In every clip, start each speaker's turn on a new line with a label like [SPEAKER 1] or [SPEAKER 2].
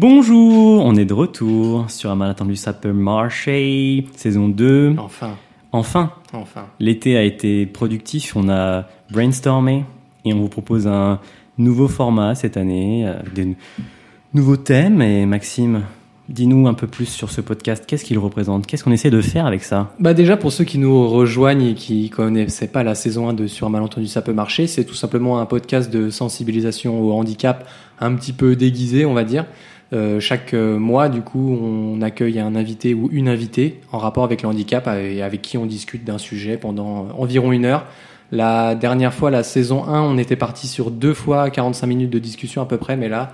[SPEAKER 1] Bonjour, on est de retour sur un malentendu Marché, saison 2.
[SPEAKER 2] Enfin,
[SPEAKER 1] Enfin,
[SPEAKER 2] enfin.
[SPEAKER 1] l'été a été productif, on a brainstormé et on vous propose un nouveau format cette année, avec des n- nouveaux thèmes. Et Maxime, dis-nous un peu plus sur ce podcast, qu'est-ce qu'il représente Qu'est-ce qu'on essaie de faire avec ça
[SPEAKER 2] Bah déjà pour ceux qui nous rejoignent et qui connaissaient pas la saison 1 de Sur un malentendu ça peut marcher, c'est tout simplement un podcast de sensibilisation au handicap un petit peu déguisé on va dire. Euh, chaque euh, mois du coup on accueille un invité ou une invitée en rapport avec le handicap et avec qui on discute d'un sujet pendant euh, environ une heure. La dernière fois, la saison 1, on était parti sur deux fois 45 minutes de discussion à peu près, mais là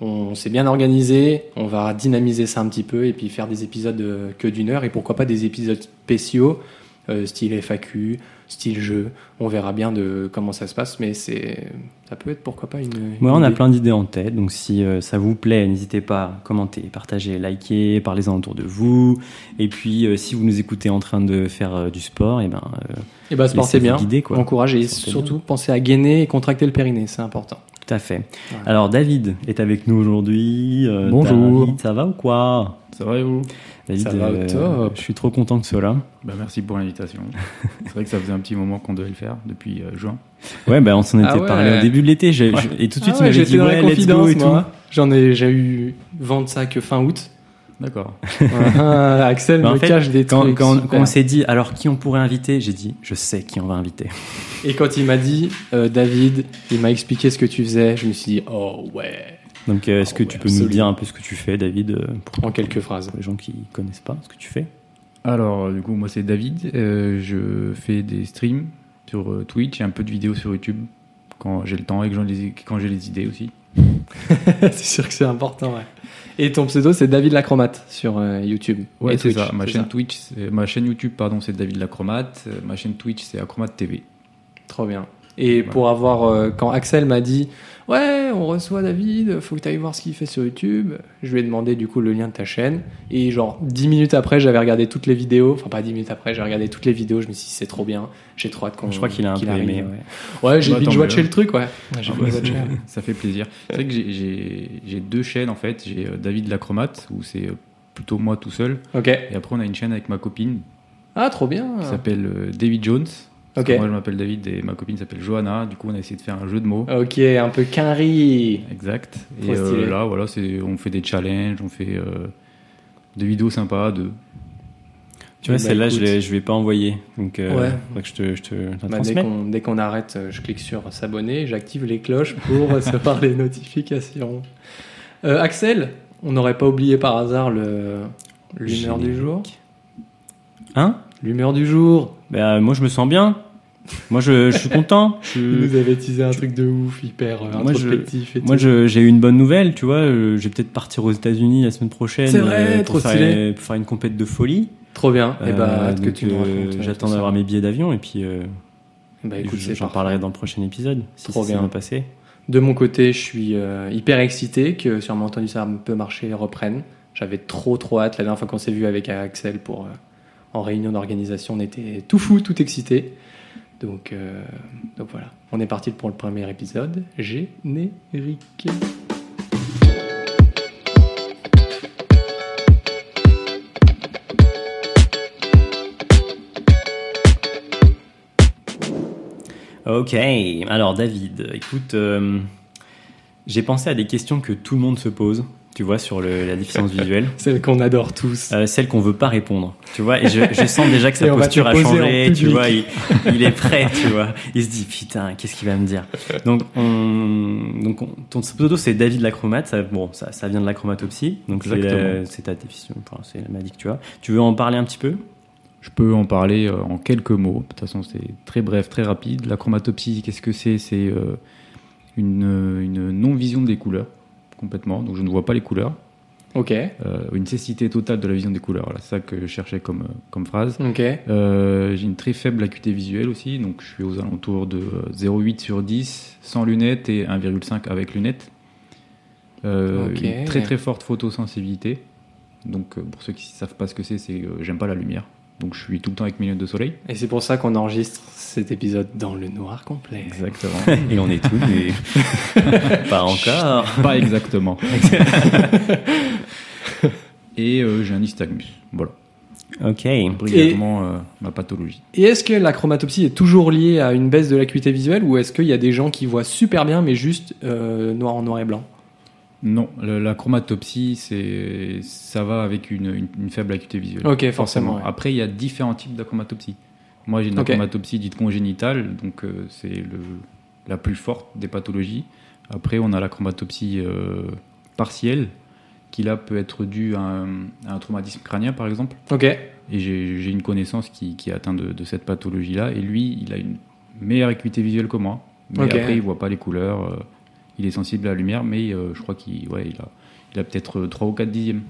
[SPEAKER 2] on s'est bien organisé, on va dynamiser ça un petit peu et puis faire des épisodes euh, que d'une heure et pourquoi pas des épisodes spéciaux, euh, style FAQ, style jeu. On verra bien de comment ça se passe, mais c'est ça peut être pourquoi pas une. une
[SPEAKER 1] Ouais, on a
[SPEAKER 2] idée.
[SPEAKER 1] plein d'idées en tête, donc si euh, ça vous plaît, n'hésitez pas à commenter, partager, liker, parlez-en autour de vous. Et puis, euh, si vous nous écoutez en train de faire euh, du sport, et ben, euh,
[SPEAKER 2] Et bah se porter
[SPEAKER 1] laissez-vous
[SPEAKER 2] bien,
[SPEAKER 1] guider, quoi.
[SPEAKER 2] encourager et
[SPEAKER 1] Se porter
[SPEAKER 2] surtout penser à gainer et contracter le périnée, c'est important.
[SPEAKER 1] tout à fait.
[SPEAKER 2] Voilà.
[SPEAKER 1] Alors, David est avec nous aujourd'hui. Euh,
[SPEAKER 3] Bonjour.
[SPEAKER 1] David, ça va ou quoi
[SPEAKER 3] Ça va et vous
[SPEAKER 1] David, euh,
[SPEAKER 2] Ça va au top.
[SPEAKER 1] Je suis trop content que cela.
[SPEAKER 3] bah, Merci pour l'invitation. C'est vrai que ça faisait un petit moment qu'on devait le faire, depuis euh, juin.
[SPEAKER 1] Ouais, ben on s'en était
[SPEAKER 2] Ah ouais.
[SPEAKER 1] parlé au début de l'été. j'ai-
[SPEAKER 3] Ouais.
[SPEAKER 1] je- Et tout de suite, tu
[SPEAKER 2] Ah ouais,
[SPEAKER 1] m'avais
[SPEAKER 2] j'étais
[SPEAKER 1] dit,
[SPEAKER 2] dans
[SPEAKER 1] ouais,
[SPEAKER 2] la
[SPEAKER 1] let's go
[SPEAKER 2] confidence,
[SPEAKER 1] et tout.
[SPEAKER 2] moi. J'en ai, j'ai eu vente ça que fin août.
[SPEAKER 3] D'accord.
[SPEAKER 2] Ah, Axel
[SPEAKER 1] Bah, en
[SPEAKER 2] me
[SPEAKER 1] fait,
[SPEAKER 2] cache des
[SPEAKER 1] Quand,
[SPEAKER 2] trucs.
[SPEAKER 1] quand-
[SPEAKER 2] super.
[SPEAKER 1] quand on s'est dit, alors qui on pourrait inviter J'ai dit, je sais qui on va inviter.
[SPEAKER 2] Et quand il m'a dit, euh, David, il m'a expliqué ce que tu faisais, je me suis dit, oh ouais,
[SPEAKER 1] Donc, euh, est-ce
[SPEAKER 2] Ah
[SPEAKER 1] que
[SPEAKER 2] ouais,
[SPEAKER 1] tu peux nous
[SPEAKER 2] absolument.
[SPEAKER 1] dire un peu ce que tu fais, David, euh, pour,
[SPEAKER 2] en quelques phrases.
[SPEAKER 1] pour les gens qui connaissent pas ce que tu fais
[SPEAKER 3] Alors, euh, du coup, moi c'est David. Euh, je fais des streams sur euh, Twitch et un peu de vidéos sur YouTube quand j'ai le temps et que j'en ai- quand j'ai les idées aussi.
[SPEAKER 2] c'est sûr que c'est important, ouais. Et ton pseudo, c'est David Lacromate sur euh, YouTube.
[SPEAKER 3] Ouais,
[SPEAKER 2] et
[SPEAKER 3] c'est
[SPEAKER 2] Twitch,
[SPEAKER 3] ça. Ma chaîne Twitch, c'est- ma chaîne YouTube, pardon, c'est David Lacromate. Euh, Ma chaîne Twitch, c'est Acromate TV.
[SPEAKER 2] Trop bien. Et
[SPEAKER 3] Voilà.
[SPEAKER 2] pour avoir, euh, quand Axel m'a dit, ouais, on reçoit David, faut que tu ailles voir ce qu'il fait sur YouTube, je lui ai demandé du coup le lien de ta chaîne. Et genre, 10 minutes après, j'avais regardé toutes les vidéos, enfin pas 10 minutes après, j'ai regardé toutes les vidéos, je me suis dit, c'est trop bien, j'ai trop hâte qu'on.
[SPEAKER 1] Je crois qu'il a un peu
[SPEAKER 2] Euh, arrive.
[SPEAKER 1] aimé. ouais.
[SPEAKER 2] Ouais, j'ai
[SPEAKER 3] Bah, tant
[SPEAKER 2] binge-watché
[SPEAKER 3] mieux.
[SPEAKER 2] le truc, ouais. J'ai
[SPEAKER 3] Ah bah,
[SPEAKER 2] binge-watché.
[SPEAKER 3] c'est- ça fait plaisir. C'est vrai que j'ai- j'ai j'ai deux chaînes en fait. J'ai euh, David Lacromate, où c'est euh, plutôt moi tout seul.
[SPEAKER 2] Ok.
[SPEAKER 3] Et après, on a une chaîne avec ma copine
[SPEAKER 2] Ah, trop bien.
[SPEAKER 3] qui s'appelle euh, David Jones. Parce
[SPEAKER 2] Ok.
[SPEAKER 3] que Moi, je m'appelle David et ma copine s'appelle Johanna. Du coup, on a essayé de faire un jeu de mots.
[SPEAKER 2] Ok, un peu quinri.
[SPEAKER 3] Exact. Et
[SPEAKER 2] Ah. Trop stylé.
[SPEAKER 3] euh, là, voilà, c'est- on fait des challenges, on fait euh, des vidéos sympas. De...
[SPEAKER 1] Tu vois,
[SPEAKER 2] Bah,
[SPEAKER 1] celle-là, je
[SPEAKER 2] écoute.
[SPEAKER 1] l'ai- je vais pas envoyer. Donc, euh,
[SPEAKER 2] Ouais.
[SPEAKER 1] faudrait que je te, je te la
[SPEAKER 2] Bah, dès
[SPEAKER 1] transmette.
[SPEAKER 2] qu'on dès qu'on arrête, euh, je clique sur s'abonner, j'active les cloches pour recevoir les notifications. Euh, Axel, on n'aurait pas oublié par hasard le l'humeur du
[SPEAKER 1] Générique.
[SPEAKER 2] jour.
[SPEAKER 1] Hein
[SPEAKER 2] L'humeur du jour.
[SPEAKER 1] Bah, moi, je me sens bien. Moi, je, je suis content. Euh, Je suis-
[SPEAKER 2] Il nous avait teasé un truc de ouf, hyper euh,
[SPEAKER 1] Moi, je-
[SPEAKER 2] introspectif et
[SPEAKER 1] Moi,
[SPEAKER 2] tout.
[SPEAKER 1] je- j'ai eu une bonne nouvelle, tu vois. euh, Je vais peut-être partir aux États-Unis la semaine prochaine. euh,
[SPEAKER 2] C'est vrai,
[SPEAKER 1] pour
[SPEAKER 2] trop
[SPEAKER 1] faire,
[SPEAKER 2] stylé.
[SPEAKER 1] pour faire une compète de folie.
[SPEAKER 2] Trop bien. et bah,
[SPEAKER 1] Euh,
[SPEAKER 2] hâte que
[SPEAKER 1] donc,
[SPEAKER 2] tu nous
[SPEAKER 1] euh,
[SPEAKER 2] racontes. euh,
[SPEAKER 1] J'attends
[SPEAKER 2] tout ça.
[SPEAKER 1] d'avoir mes billets d'avion et puis euh,
[SPEAKER 2] Bah, écoute,
[SPEAKER 1] je-
[SPEAKER 2] c'est
[SPEAKER 1] j'en
[SPEAKER 2] parfait.
[SPEAKER 1] parlerai dans le prochain épisode. Si
[SPEAKER 2] Trop
[SPEAKER 1] ça s'est
[SPEAKER 2] bien.
[SPEAKER 1] bien passé.
[SPEAKER 2] De mon côté, je suis euh, hyper excité que sur mon entendu ça peut marcher reprenne. J'avais trop trop hâte la dernière fois qu'on s'est vu avec Axel pour euh, en réunion d'organisation, on était tout fou, tout excité. Donc, euh, donc voilà, on est parti pour le premier épisode générique.
[SPEAKER 1] Ok. Alors, David, écoute, euh, j'ai pensé à des questions que tout le monde se pose. Tu vois, sur le- la déficience visuelle.
[SPEAKER 2] Celle qu'on adore tous.
[SPEAKER 1] Euh, celle qu'on veut pas répondre. Tu vois, et je, je sens déjà que sa
[SPEAKER 2] Et on va te
[SPEAKER 1] posture a
[SPEAKER 2] poser en
[SPEAKER 1] changé.
[SPEAKER 2] public.
[SPEAKER 1] Tu vois, il, il est prêt. Tu vois, il se dit putain, qu'est-ce qu'il va me dire Donc, on, donc on- ton pseudo c'est David l'acromate. Ça, bon, ça, ça vient de l'acromatopsie. Donc c'est
[SPEAKER 3] Exactement.
[SPEAKER 1] la- c'est ta déficience. enfin, c'est la maladie que tu as. Tu veux en parler un petit peu
[SPEAKER 3] Je peux en parler euh, en quelques mots. De toute façon, c'est très bref, très rapide. La chromatopsie, qu'est-ce que c'est C'est euh, une, euh, une non-vision des couleurs, complètement. Donc, je ne vois pas les couleurs.
[SPEAKER 2] Ok,
[SPEAKER 3] Euh, une cécité totale de la vision des couleurs. Voilà, c'est ça que je cherchais comme, euh, comme phrase.
[SPEAKER 2] ok,
[SPEAKER 3] Euh, j'ai une très faible acuité visuelle aussi, donc je suis aux alentours de euh, 0,8 sur 10, sans lunettes et 1,5 avec lunettes. Euh,
[SPEAKER 2] Ok.
[SPEAKER 3] Une très très forte photosensibilité. Donc euh, pour ceux qui ne savent pas ce que c'est, c'est euh, j'aime pas la lumière. Donc je suis tout le temps avec mes lunettes de soleil.
[SPEAKER 2] Et c'est pour ça qu'on enregistre cet épisode dans le noir complet.
[SPEAKER 3] Exactement.
[SPEAKER 1] Et on est tous, mais pas encore.
[SPEAKER 3] Pas exactement. Et euh, j'ai un nystagmus. Voilà.
[SPEAKER 1] Ok.
[SPEAKER 3] Brièvement euh, ma pathologie.
[SPEAKER 2] Et est-ce que la chromatopsie est toujours liée à une baisse de l'acuité visuelle ou est-ce qu'il y a des gens qui voient super bien mais juste euh, noir en noir et blanc
[SPEAKER 3] Non, le- la chromatopsie, c'est ça va avec une, une- une faible acuité visuelle.
[SPEAKER 2] Ok, forcément. ouais.
[SPEAKER 3] Après, il y a différents types d'achromatopsie. Moi, j'ai une
[SPEAKER 2] Ok.
[SPEAKER 3] achromatopsie dite congénitale, donc euh, c'est le- la plus forte des pathologies. Après, on a l'achromatopsie euh, partielle, qui là peut être due à un, à un traumatisme crânien, par exemple.
[SPEAKER 2] Ok,
[SPEAKER 3] Et j'ai j'ai une connaissance qui, qui est atteinte de, de cette pathologie-là. Et lui, il a une meilleure acuité visuelle que moi. Mais
[SPEAKER 2] Ok.
[SPEAKER 3] après, il voit pas les couleurs. euh, il est sensible à la lumière, mais euh, je crois qu'il ouais, il a, il a peut-être euh, 3 ou 4 dixièmes.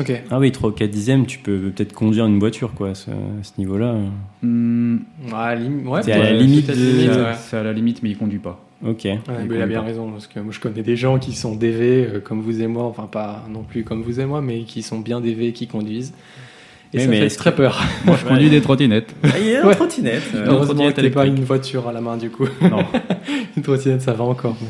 [SPEAKER 2] ok.
[SPEAKER 1] Ah oui, 3 ou 4 dixièmes, tu peux peut-être conduire une voiture, quoi, à ce, à ce niveau-là.
[SPEAKER 3] Hmm,
[SPEAKER 2] Ah, lim- ouais,
[SPEAKER 1] C'est à la
[SPEAKER 2] ouais,
[SPEAKER 1] limite
[SPEAKER 2] peut-être
[SPEAKER 1] de-
[SPEAKER 2] limite,
[SPEAKER 3] C'est à-
[SPEAKER 2] ouais.
[SPEAKER 3] C'est à la limite, mais il conduit pas.
[SPEAKER 1] Ok.
[SPEAKER 2] Ouais,
[SPEAKER 3] Il
[SPEAKER 2] mais il a
[SPEAKER 3] conduit
[SPEAKER 2] bien
[SPEAKER 3] pas.
[SPEAKER 2] raison, parce que moi je connais des gens qui sont DV euh, comme vous et moi, enfin pas non plus comme vous et moi, mais qui sont bien DV, qui conduisent. Et
[SPEAKER 1] Mais-
[SPEAKER 2] ça
[SPEAKER 1] mais
[SPEAKER 2] fait
[SPEAKER 1] est-ce
[SPEAKER 2] très peur.
[SPEAKER 3] Moi, je
[SPEAKER 1] Ouais.
[SPEAKER 3] conduis des trottinettes.
[SPEAKER 1] Il y a
[SPEAKER 2] Ouais.
[SPEAKER 1] trottinette. euh,
[SPEAKER 2] Heureusement
[SPEAKER 3] trottinette
[SPEAKER 2] que t'as pas
[SPEAKER 3] électrique.
[SPEAKER 2] une voiture à la main du coup.
[SPEAKER 3] Non.
[SPEAKER 2] une trottinette ça va encore. mais-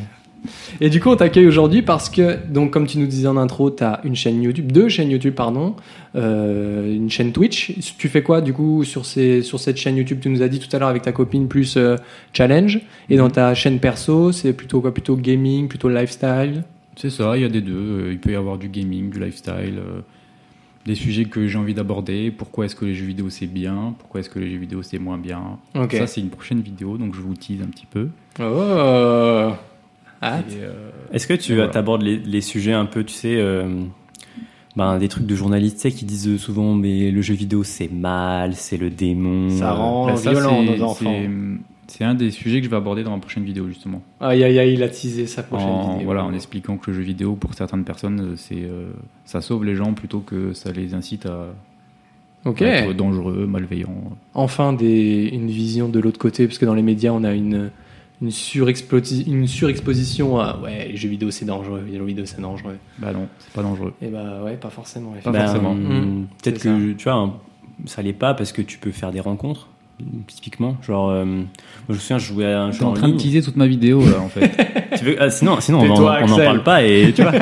[SPEAKER 2] Et du coup on t'accueille aujourd'hui parce que, donc comme tu nous disais en intro, t'as une chaîne YouTube, deux chaînes YouTube pardon, euh, une chaîne Twitch. Tu fais quoi du coup sur, ces, sur cette chaîne YouTube Tu nous as dit tout à l'heure avec ta copine plus euh, challenge. Et
[SPEAKER 3] Mm-hmm.
[SPEAKER 2] dans ta chaîne perso, c'est plutôt quoi Plutôt gaming, plutôt lifestyle
[SPEAKER 3] C'est ça, il y a des deux. Euh, Il peut y avoir du gaming, du lifestyle, euh, des sujets que j'ai envie d'aborder. Pourquoi est-ce que les jeux vidéo c'est bien Pourquoi est-ce que les jeux vidéo c'est moins bien
[SPEAKER 2] Ok.
[SPEAKER 3] Ça, c'est une prochaine vidéo, donc je vous tease un petit peu. euh,
[SPEAKER 2] Oh Ah,
[SPEAKER 3] Et, euh,
[SPEAKER 1] Est-ce que tu
[SPEAKER 3] Voilà.
[SPEAKER 1] abordes les, les sujets un peu, tu sais, euh, ben, des trucs de journalistes tu sais, qui disent euh, souvent mais le jeu vidéo c'est mal, c'est le démon.
[SPEAKER 2] Ça rend- Oh,
[SPEAKER 3] bah, ça,
[SPEAKER 2] violent,
[SPEAKER 3] c'est-
[SPEAKER 2] nos enfants.
[SPEAKER 3] c'est- C'est un des sujets que je vais aborder dans ma prochaine vidéo, justement.
[SPEAKER 2] aïe aïe aïe, il a teasé sa prochaine
[SPEAKER 3] En,
[SPEAKER 2] vidéo.
[SPEAKER 3] voilà, en expliquant que le jeu vidéo, pour certaines personnes, euh, c'est, euh, ça sauve les gens plutôt que ça les incite à,
[SPEAKER 2] Ok.
[SPEAKER 3] à être dangereux, malveillants.
[SPEAKER 2] Enfin, des, une vision de l'autre côté, parce que dans les médias, on a une, une, surexplosi- une surexposition à ouais, les jeux vidéo c'est dangereux, les jeux vidéo c'est dangereux.
[SPEAKER 3] Bah non, c'est pas dangereux.
[SPEAKER 2] Et bah ouais, pas forcément.
[SPEAKER 3] Pas
[SPEAKER 1] Ben,
[SPEAKER 3] forcément.
[SPEAKER 1] hum,
[SPEAKER 2] Mm,
[SPEAKER 1] Peut-être
[SPEAKER 2] c'est ça.
[SPEAKER 1] que tu vois, un- ça l'est pas parce que tu peux faire des rencontres typiquement. Genre, euh, moi, je me souviens, je jouais à un
[SPEAKER 3] Je
[SPEAKER 1] jeu
[SPEAKER 3] suis en
[SPEAKER 1] en
[SPEAKER 3] train de
[SPEAKER 1] ligne.
[SPEAKER 3] teaser toute ma vidéo, là, en fait.
[SPEAKER 1] Tu veux- ah, sinon, sinon on en-
[SPEAKER 2] Tais-toi,
[SPEAKER 1] on n'en
[SPEAKER 2] Axel.
[SPEAKER 1] parle pas et tu vois.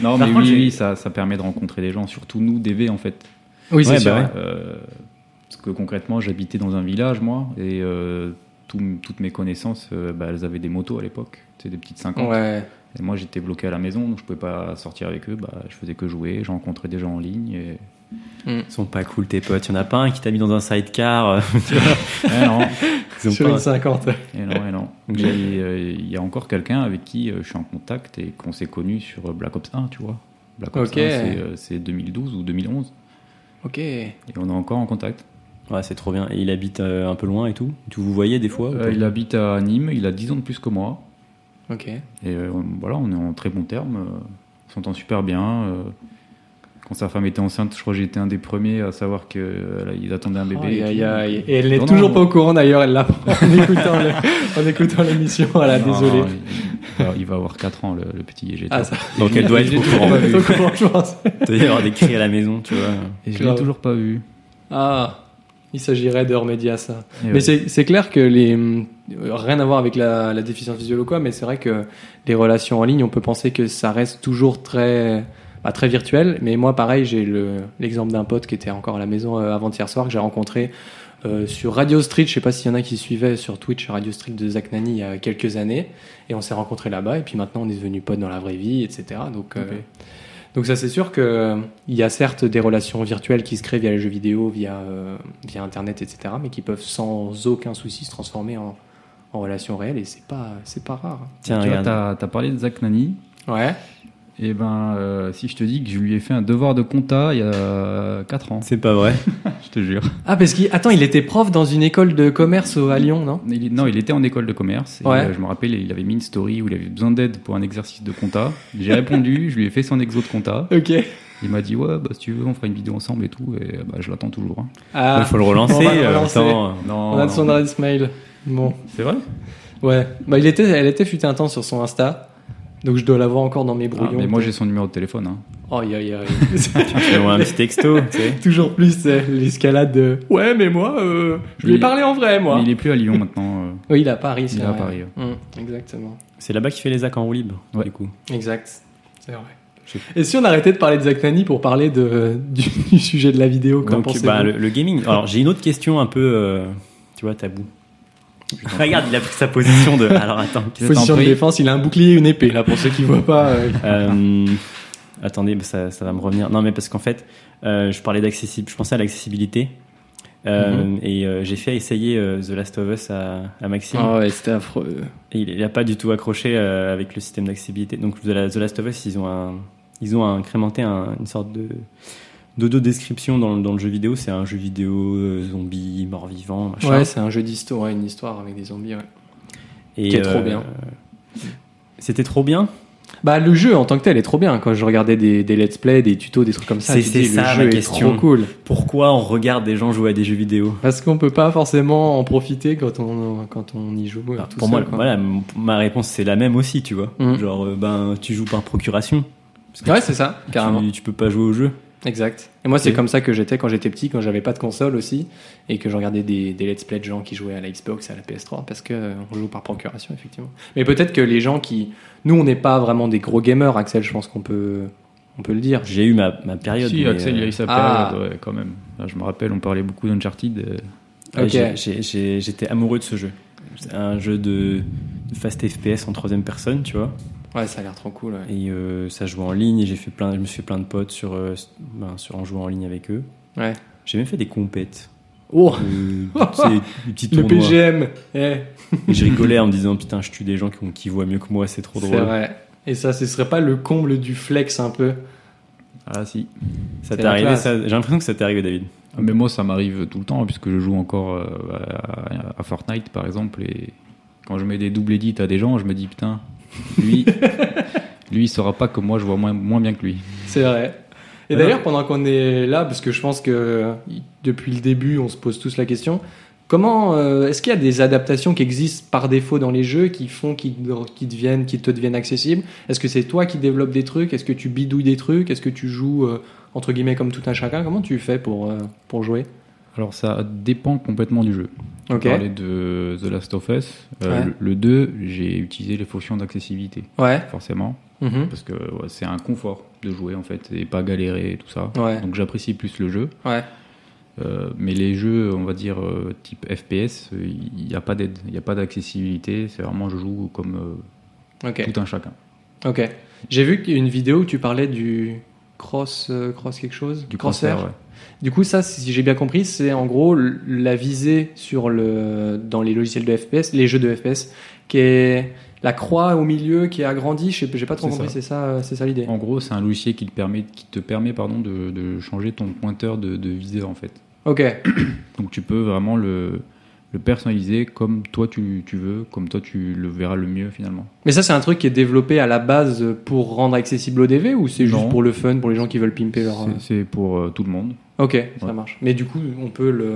[SPEAKER 3] non,
[SPEAKER 1] Par
[SPEAKER 3] mais
[SPEAKER 1] contre,
[SPEAKER 3] oui,
[SPEAKER 1] j'ai-
[SPEAKER 3] oui, ça, ça permet de rencontrer des gens, surtout nous, DV, en fait.
[SPEAKER 2] Oui, c'est
[SPEAKER 1] Ouais,
[SPEAKER 2] sûr.
[SPEAKER 1] bah ouais.
[SPEAKER 3] Euh, parce que concrètement, j'habitais dans un village, moi, et euh, tout- toutes mes connaissances, euh, bah, elles avaient des motos à l'époque. C'est des petites 50.
[SPEAKER 2] Ouais.
[SPEAKER 3] Et moi, j'étais bloqué à la maison, donc je pouvais pas sortir avec eux. Bah, je faisais que jouer, j'ai rencontré des gens en ligne. Et...
[SPEAKER 1] Ils sont pas cool tes potes. Il y en a pas un qui t'a mis dans un sidecar. euh,
[SPEAKER 3] Eh non,
[SPEAKER 1] Ils ont
[SPEAKER 2] Sur
[SPEAKER 1] pas
[SPEAKER 2] une
[SPEAKER 1] un-
[SPEAKER 2] 50.
[SPEAKER 3] eh non, eh non. Mais euh, il y a encore quelqu'un avec qui euh, je suis en contact et qu'on s'est connu sur Black Ops 1, tu vois. Black Ops
[SPEAKER 2] Ok.
[SPEAKER 3] 1, c'est, euh, c'est 2012 ou 2011.
[SPEAKER 2] Ok.
[SPEAKER 3] Et on est encore en contact.
[SPEAKER 1] Ouais, c'est trop bien. Et il habite euh, un peu loin et tout. Tu vous voyez des fois ou
[SPEAKER 3] Euh,
[SPEAKER 1] pas
[SPEAKER 3] il habite à Nîmes, il a 10 ans de plus que moi.
[SPEAKER 2] Ok.
[SPEAKER 3] Et euh, on- voilà, on est en très bon terme. euh, on s'entend super bien. euh, quand sa femme était enceinte, je crois que j'étais un des premiers à savoir euh, qu'ils attendaient un bébé.
[SPEAKER 2] Aïe, aïe,
[SPEAKER 3] et tout.
[SPEAKER 2] aïe. Et elle n'est
[SPEAKER 3] Non,
[SPEAKER 2] toujours
[SPEAKER 3] non.
[SPEAKER 2] pas au courant d'ailleurs, elle l'apprend en écoutant le- en écoutant l'émission. Voilà,
[SPEAKER 3] Non,
[SPEAKER 2] désolé.
[SPEAKER 3] non, il, il va, il va avoir 4 ans, le, le petit Yegeta.
[SPEAKER 2] Ah, ça,
[SPEAKER 1] Donc elle doit être au courant.
[SPEAKER 2] elle est au courant, je pense.
[SPEAKER 1] Il doit y avoir des cris à la maison, tu vois.
[SPEAKER 3] Et je l'ai
[SPEAKER 2] Grave.
[SPEAKER 3] toujours pas vu.
[SPEAKER 2] Ah, il s'agirait de remédier à ça.
[SPEAKER 3] Et
[SPEAKER 2] Mais
[SPEAKER 3] ouais.
[SPEAKER 2] c'est c'est clair que les. euh, Rien à voir avec la, la déficience visuelle ou quoi, mais c'est vrai que les relations en ligne, on peut penser que ça reste toujours très, bah, très virtuel. Mais moi, pareil, j'ai le- l'exemple d'un pote qui était encore à la maison euh, avant-hier soir, que j'ai rencontré euh, sur Radio Street. Je sais pas s'il y en a qui suivaient sur Twitch Radio Street de Zach Nani il y a quelques années. Et on s'est rencontrés là-bas. Et puis maintenant, on est devenus potes dans la vraie vie, etc. Donc. euh,
[SPEAKER 3] Ok.
[SPEAKER 2] donc ça c'est sûr que euh, il y a certes des relations virtuelles qui se créent via les jeux vidéo, via, euh, via internet, etc. Mais qui peuvent sans aucun souci se transformer en, en relations réelles et c'est pas c'est pas rare. hein.
[SPEAKER 1] Tiens,
[SPEAKER 3] Tu vois,
[SPEAKER 1] regarde.
[SPEAKER 3] t'as t'as parlé de Zach Nani.
[SPEAKER 2] Ouais.
[SPEAKER 3] Et ben, euh, si je te dis que je lui ai fait un devoir de compta il y a 4 ans,
[SPEAKER 1] C'est pas vrai.
[SPEAKER 3] je te jure.
[SPEAKER 2] Ah parce qu'il attends il était prof dans une école de commerce au- à Lyon non
[SPEAKER 3] Il- non, il était en école de commerce. et,
[SPEAKER 2] Ouais.
[SPEAKER 3] euh, je me rappelle, il avait mis une story où il avait besoin d'aide pour un exercice de compta. J'ai répondu, je lui ai fait son exo de compta.
[SPEAKER 2] Ok.
[SPEAKER 3] Il m'a dit, ouais, bah, si tu veux, on fera une vidéo ensemble et tout. Et bah, je l'attends toujours. hein.
[SPEAKER 1] Il
[SPEAKER 2] Ah
[SPEAKER 1] faut le
[SPEAKER 2] on
[SPEAKER 1] relancer.
[SPEAKER 2] va le
[SPEAKER 1] euh,
[SPEAKER 2] relancer.
[SPEAKER 1] attends.
[SPEAKER 3] Non,
[SPEAKER 2] on a de
[SPEAKER 3] non.
[SPEAKER 2] son adresse mail. Bon
[SPEAKER 3] C'est vrai Ah,
[SPEAKER 2] ouais bah il était elle était fut un temps sur son Insta donc je dois l'avoir encore dans mes
[SPEAKER 3] Ah,
[SPEAKER 2] brouillons.
[SPEAKER 3] Mais moi, j'ai son numéro de téléphone. hein.
[SPEAKER 2] Oh, aïe, aïe, aïe.
[SPEAKER 1] Tu envoies un petit texto, tu sais.
[SPEAKER 2] Toujours plus euh, l'escalade de Ouais, mais moi, euh, je
[SPEAKER 3] Mais
[SPEAKER 2] lui ai
[SPEAKER 3] il-
[SPEAKER 2] parlé en vrai, moi.
[SPEAKER 3] Mais il est plus à Lyon maintenant. euh,
[SPEAKER 2] Oui, il est à Paris, c'est
[SPEAKER 3] il est à
[SPEAKER 2] vrai.
[SPEAKER 3] Paris. ouais.
[SPEAKER 2] Mm, exactement.
[SPEAKER 1] C'est là-bas qu'il fait les actes en roue libre,
[SPEAKER 3] Ouais.
[SPEAKER 1] du coup.
[SPEAKER 2] Exact. C'est vrai.
[SPEAKER 1] Je-
[SPEAKER 2] Et si on arrêtait de parler de Zach Nani pour parler de, du, du sujet de la vidéo, qu'en
[SPEAKER 1] Donc,
[SPEAKER 2] pensez-vous
[SPEAKER 1] bah, le, le gaming. Alors, j'ai une autre question un peu, euh, tu vois, tabou. Regarde, il a pris sa position de. Alors, attends. qu'est-ce-
[SPEAKER 3] Je t'en
[SPEAKER 2] Position de
[SPEAKER 3] prie.
[SPEAKER 2] défense, il a un bouclier et une épée, là, pour ceux qui voient pas. euh,
[SPEAKER 1] Euh, attendez, bah, ça, ça va me revenir. Non, mais parce qu'en fait, euh, je parlais d'accessibilité. Je pensais à l'accessibilité. Euh,
[SPEAKER 2] Mhm.
[SPEAKER 1] Et euh, j'ai fait essayer euh, The Last of Us à, à Maxime.
[SPEAKER 2] Ah ouais, c'était affreux.
[SPEAKER 1] Et il n'a pas du tout accroché euh, avec le système d'accessibilité. Donc The La- The Last of Us, ils ont, un- ils ont incrémenté un- une sorte de d'audio-description dans, le- dans le jeu vidéo. C'est un jeu vidéo euh, zombie, mort-vivant, machin.
[SPEAKER 2] Ouais, c'est un jeu d'histoire, ouais, une histoire avec des zombies. ouais.
[SPEAKER 1] Et, euh,
[SPEAKER 2] qui est trop bien.
[SPEAKER 1] C'était trop bien.
[SPEAKER 2] Bah, le jeu en tant que tel est trop bien. Quand je regardais des, des let's play, des tutos, des trucs comme ça,
[SPEAKER 1] C'est-
[SPEAKER 2] tu
[SPEAKER 1] c'est
[SPEAKER 2] dis,
[SPEAKER 1] ça,
[SPEAKER 2] le
[SPEAKER 1] ma
[SPEAKER 2] jeu est
[SPEAKER 1] question.
[SPEAKER 2] trop cool.
[SPEAKER 1] Pourquoi on regarde des gens jouer à des jeux vidéo
[SPEAKER 2] Parce qu'on peut pas forcément en profiter quand on, quand on y joue. euh,
[SPEAKER 1] Alors,
[SPEAKER 2] tout
[SPEAKER 1] Bah, Pour
[SPEAKER 2] seul,
[SPEAKER 1] moi,
[SPEAKER 2] quoi.
[SPEAKER 1] voilà, m- ma réponse c'est la même aussi, tu vois.
[SPEAKER 2] Mm.
[SPEAKER 1] Genre, euh, ben, tu joues par procuration. Parce que
[SPEAKER 2] Ouais, c'est ça,
[SPEAKER 1] tu-
[SPEAKER 2] carrément.
[SPEAKER 1] Tu, tu peux pas jouer au jeu.
[SPEAKER 2] Exact. Et moi, c'est
[SPEAKER 1] Ok.
[SPEAKER 2] comme ça que j'étais quand j'étais petit, quand j'avais pas de console aussi, et que je regardais des, des let's play de gens qui jouaient à la Xbox, à la PS3, parce que euh, on joue par procuration, effectivement. Mais peut-être que les gens qui, nous, on n'est pas vraiment des gros gamers, Axel. Je pense qu'on peut, on peut le dire.
[SPEAKER 1] J'ai eu ma, ma période.
[SPEAKER 3] Si,
[SPEAKER 1] mais,
[SPEAKER 3] Axel, il
[SPEAKER 1] euh,
[SPEAKER 3] a eu sa
[SPEAKER 2] Ah.
[SPEAKER 3] période, ouais, quand même. Là, je me rappelle, on parlait beaucoup d'Uncharted. euh,
[SPEAKER 1] Ouais,
[SPEAKER 2] Ok.
[SPEAKER 1] Ah j'ai- j'ai- j'ai- J'étais amoureux de ce jeu. C'est un jeu de de fast FPS en troisième personne, tu vois.
[SPEAKER 2] Ouais, ça a l'air trop cool. ouais.
[SPEAKER 1] Et euh, ça joue en ligne et j'ai fait plein, je me suis fait plein de potes sur, euh, ben, sur en jouant en ligne avec eux.
[SPEAKER 2] Ouais.
[SPEAKER 1] J'ai même fait des compètes.
[SPEAKER 2] Oh,
[SPEAKER 1] euh, c'est des petits
[SPEAKER 2] le
[SPEAKER 1] tournois.
[SPEAKER 2] PGM. eh.
[SPEAKER 1] Et je rigolais en me disant putain, je tue des gens qui, ont- qui voient mieux que moi, c'est trop
[SPEAKER 2] C'est
[SPEAKER 1] drôle.
[SPEAKER 2] vrai. Et ça, ce serait pas le comble du flex un peu
[SPEAKER 3] Ah, si.
[SPEAKER 1] Ça
[SPEAKER 2] C'est
[SPEAKER 1] t'est
[SPEAKER 2] la
[SPEAKER 1] arrivé
[SPEAKER 2] classe.
[SPEAKER 1] ça J'ai l'impression que ça t'est arrivé, David.
[SPEAKER 3] Ah, Mais moi, ça m'arrive tout le temps, puisque je joue encore euh, à, à Fortnite, par exemple. Et quand je mets des doubles edits à des gens, je me dis, putain, lui, lui il saura pas que moi, je vois moins, moins bien que lui.
[SPEAKER 2] C'est vrai. Et
[SPEAKER 1] Ouais.
[SPEAKER 2] d'ailleurs, pendant qu'on est là, parce que je pense que depuis le début, on se pose tous la question, comment euh, est-ce qu'il y a des adaptations qui existent par défaut dans les jeux qui font qui, qui deviennent, qui te deviennent accessibles Est-ce que c'est toi qui développes des trucs Est-ce que tu bidouilles des trucs Est-ce que tu joues euh, entre guillemets comme tout un chacun Comment tu fais pour euh, pour jouer
[SPEAKER 3] Alors, ça dépend complètement du jeu.
[SPEAKER 2] Ok.
[SPEAKER 3] On parlait de The Last of Us. Euh,
[SPEAKER 2] Ouais.
[SPEAKER 3] le, le 2, j'ai utilisé les fonctions d'accessibilité,
[SPEAKER 2] Ouais.
[SPEAKER 3] forcément,
[SPEAKER 2] Mhm.
[SPEAKER 3] parce que ouais, c'est un confort de jouer, en fait, et pas galérer et tout ça.
[SPEAKER 2] Ouais.
[SPEAKER 3] Donc, j'apprécie plus le jeu.
[SPEAKER 2] Ouais.
[SPEAKER 3] Euh, mais les jeux, on va dire, euh, type FPS, euh, il n'y a pas d'aide, il n'y a pas d'accessibilité. C'est vraiment, je joue comme euh,
[SPEAKER 2] Ok.
[SPEAKER 3] tout un chacun.
[SPEAKER 2] Ok. J'ai vu qu'il y a une vidéo où tu parlais du cross, euh, cross quelque chose
[SPEAKER 3] Du
[SPEAKER 2] Crosser.
[SPEAKER 3] cancer,
[SPEAKER 2] Du coup, ça, si j'ai bien compris, c'est en gros l- la visée sur le, dans les logiciels de FPS, les jeux de FPS, qui est la croix au milieu qui est agrandie. Je sais- J'ai pas trop
[SPEAKER 3] C'est
[SPEAKER 2] compris,
[SPEAKER 3] ça.
[SPEAKER 2] c'est ça, euh, c'est ça l'idée.
[SPEAKER 3] En gros, c'est un logiciel qui te permet, qui te permet pardon, de, de changer ton pointeur de, de visée, en fait.
[SPEAKER 2] Ok,
[SPEAKER 3] Donc, tu peux vraiment le, le personnaliser comme toi tu, tu veux, comme toi tu le verras le mieux, finalement.
[SPEAKER 2] mais ça c'est un truc qui est développé à la base pour rendre accessible au DV ou c'est juste
[SPEAKER 3] Non.
[SPEAKER 2] pour le fun, pour les gens qui veulent pimper leur.
[SPEAKER 3] C'est- C'est pour euh, tout le monde.
[SPEAKER 2] Ok, ça
[SPEAKER 3] Ouais.
[SPEAKER 2] marche. Mais du coup, on peut le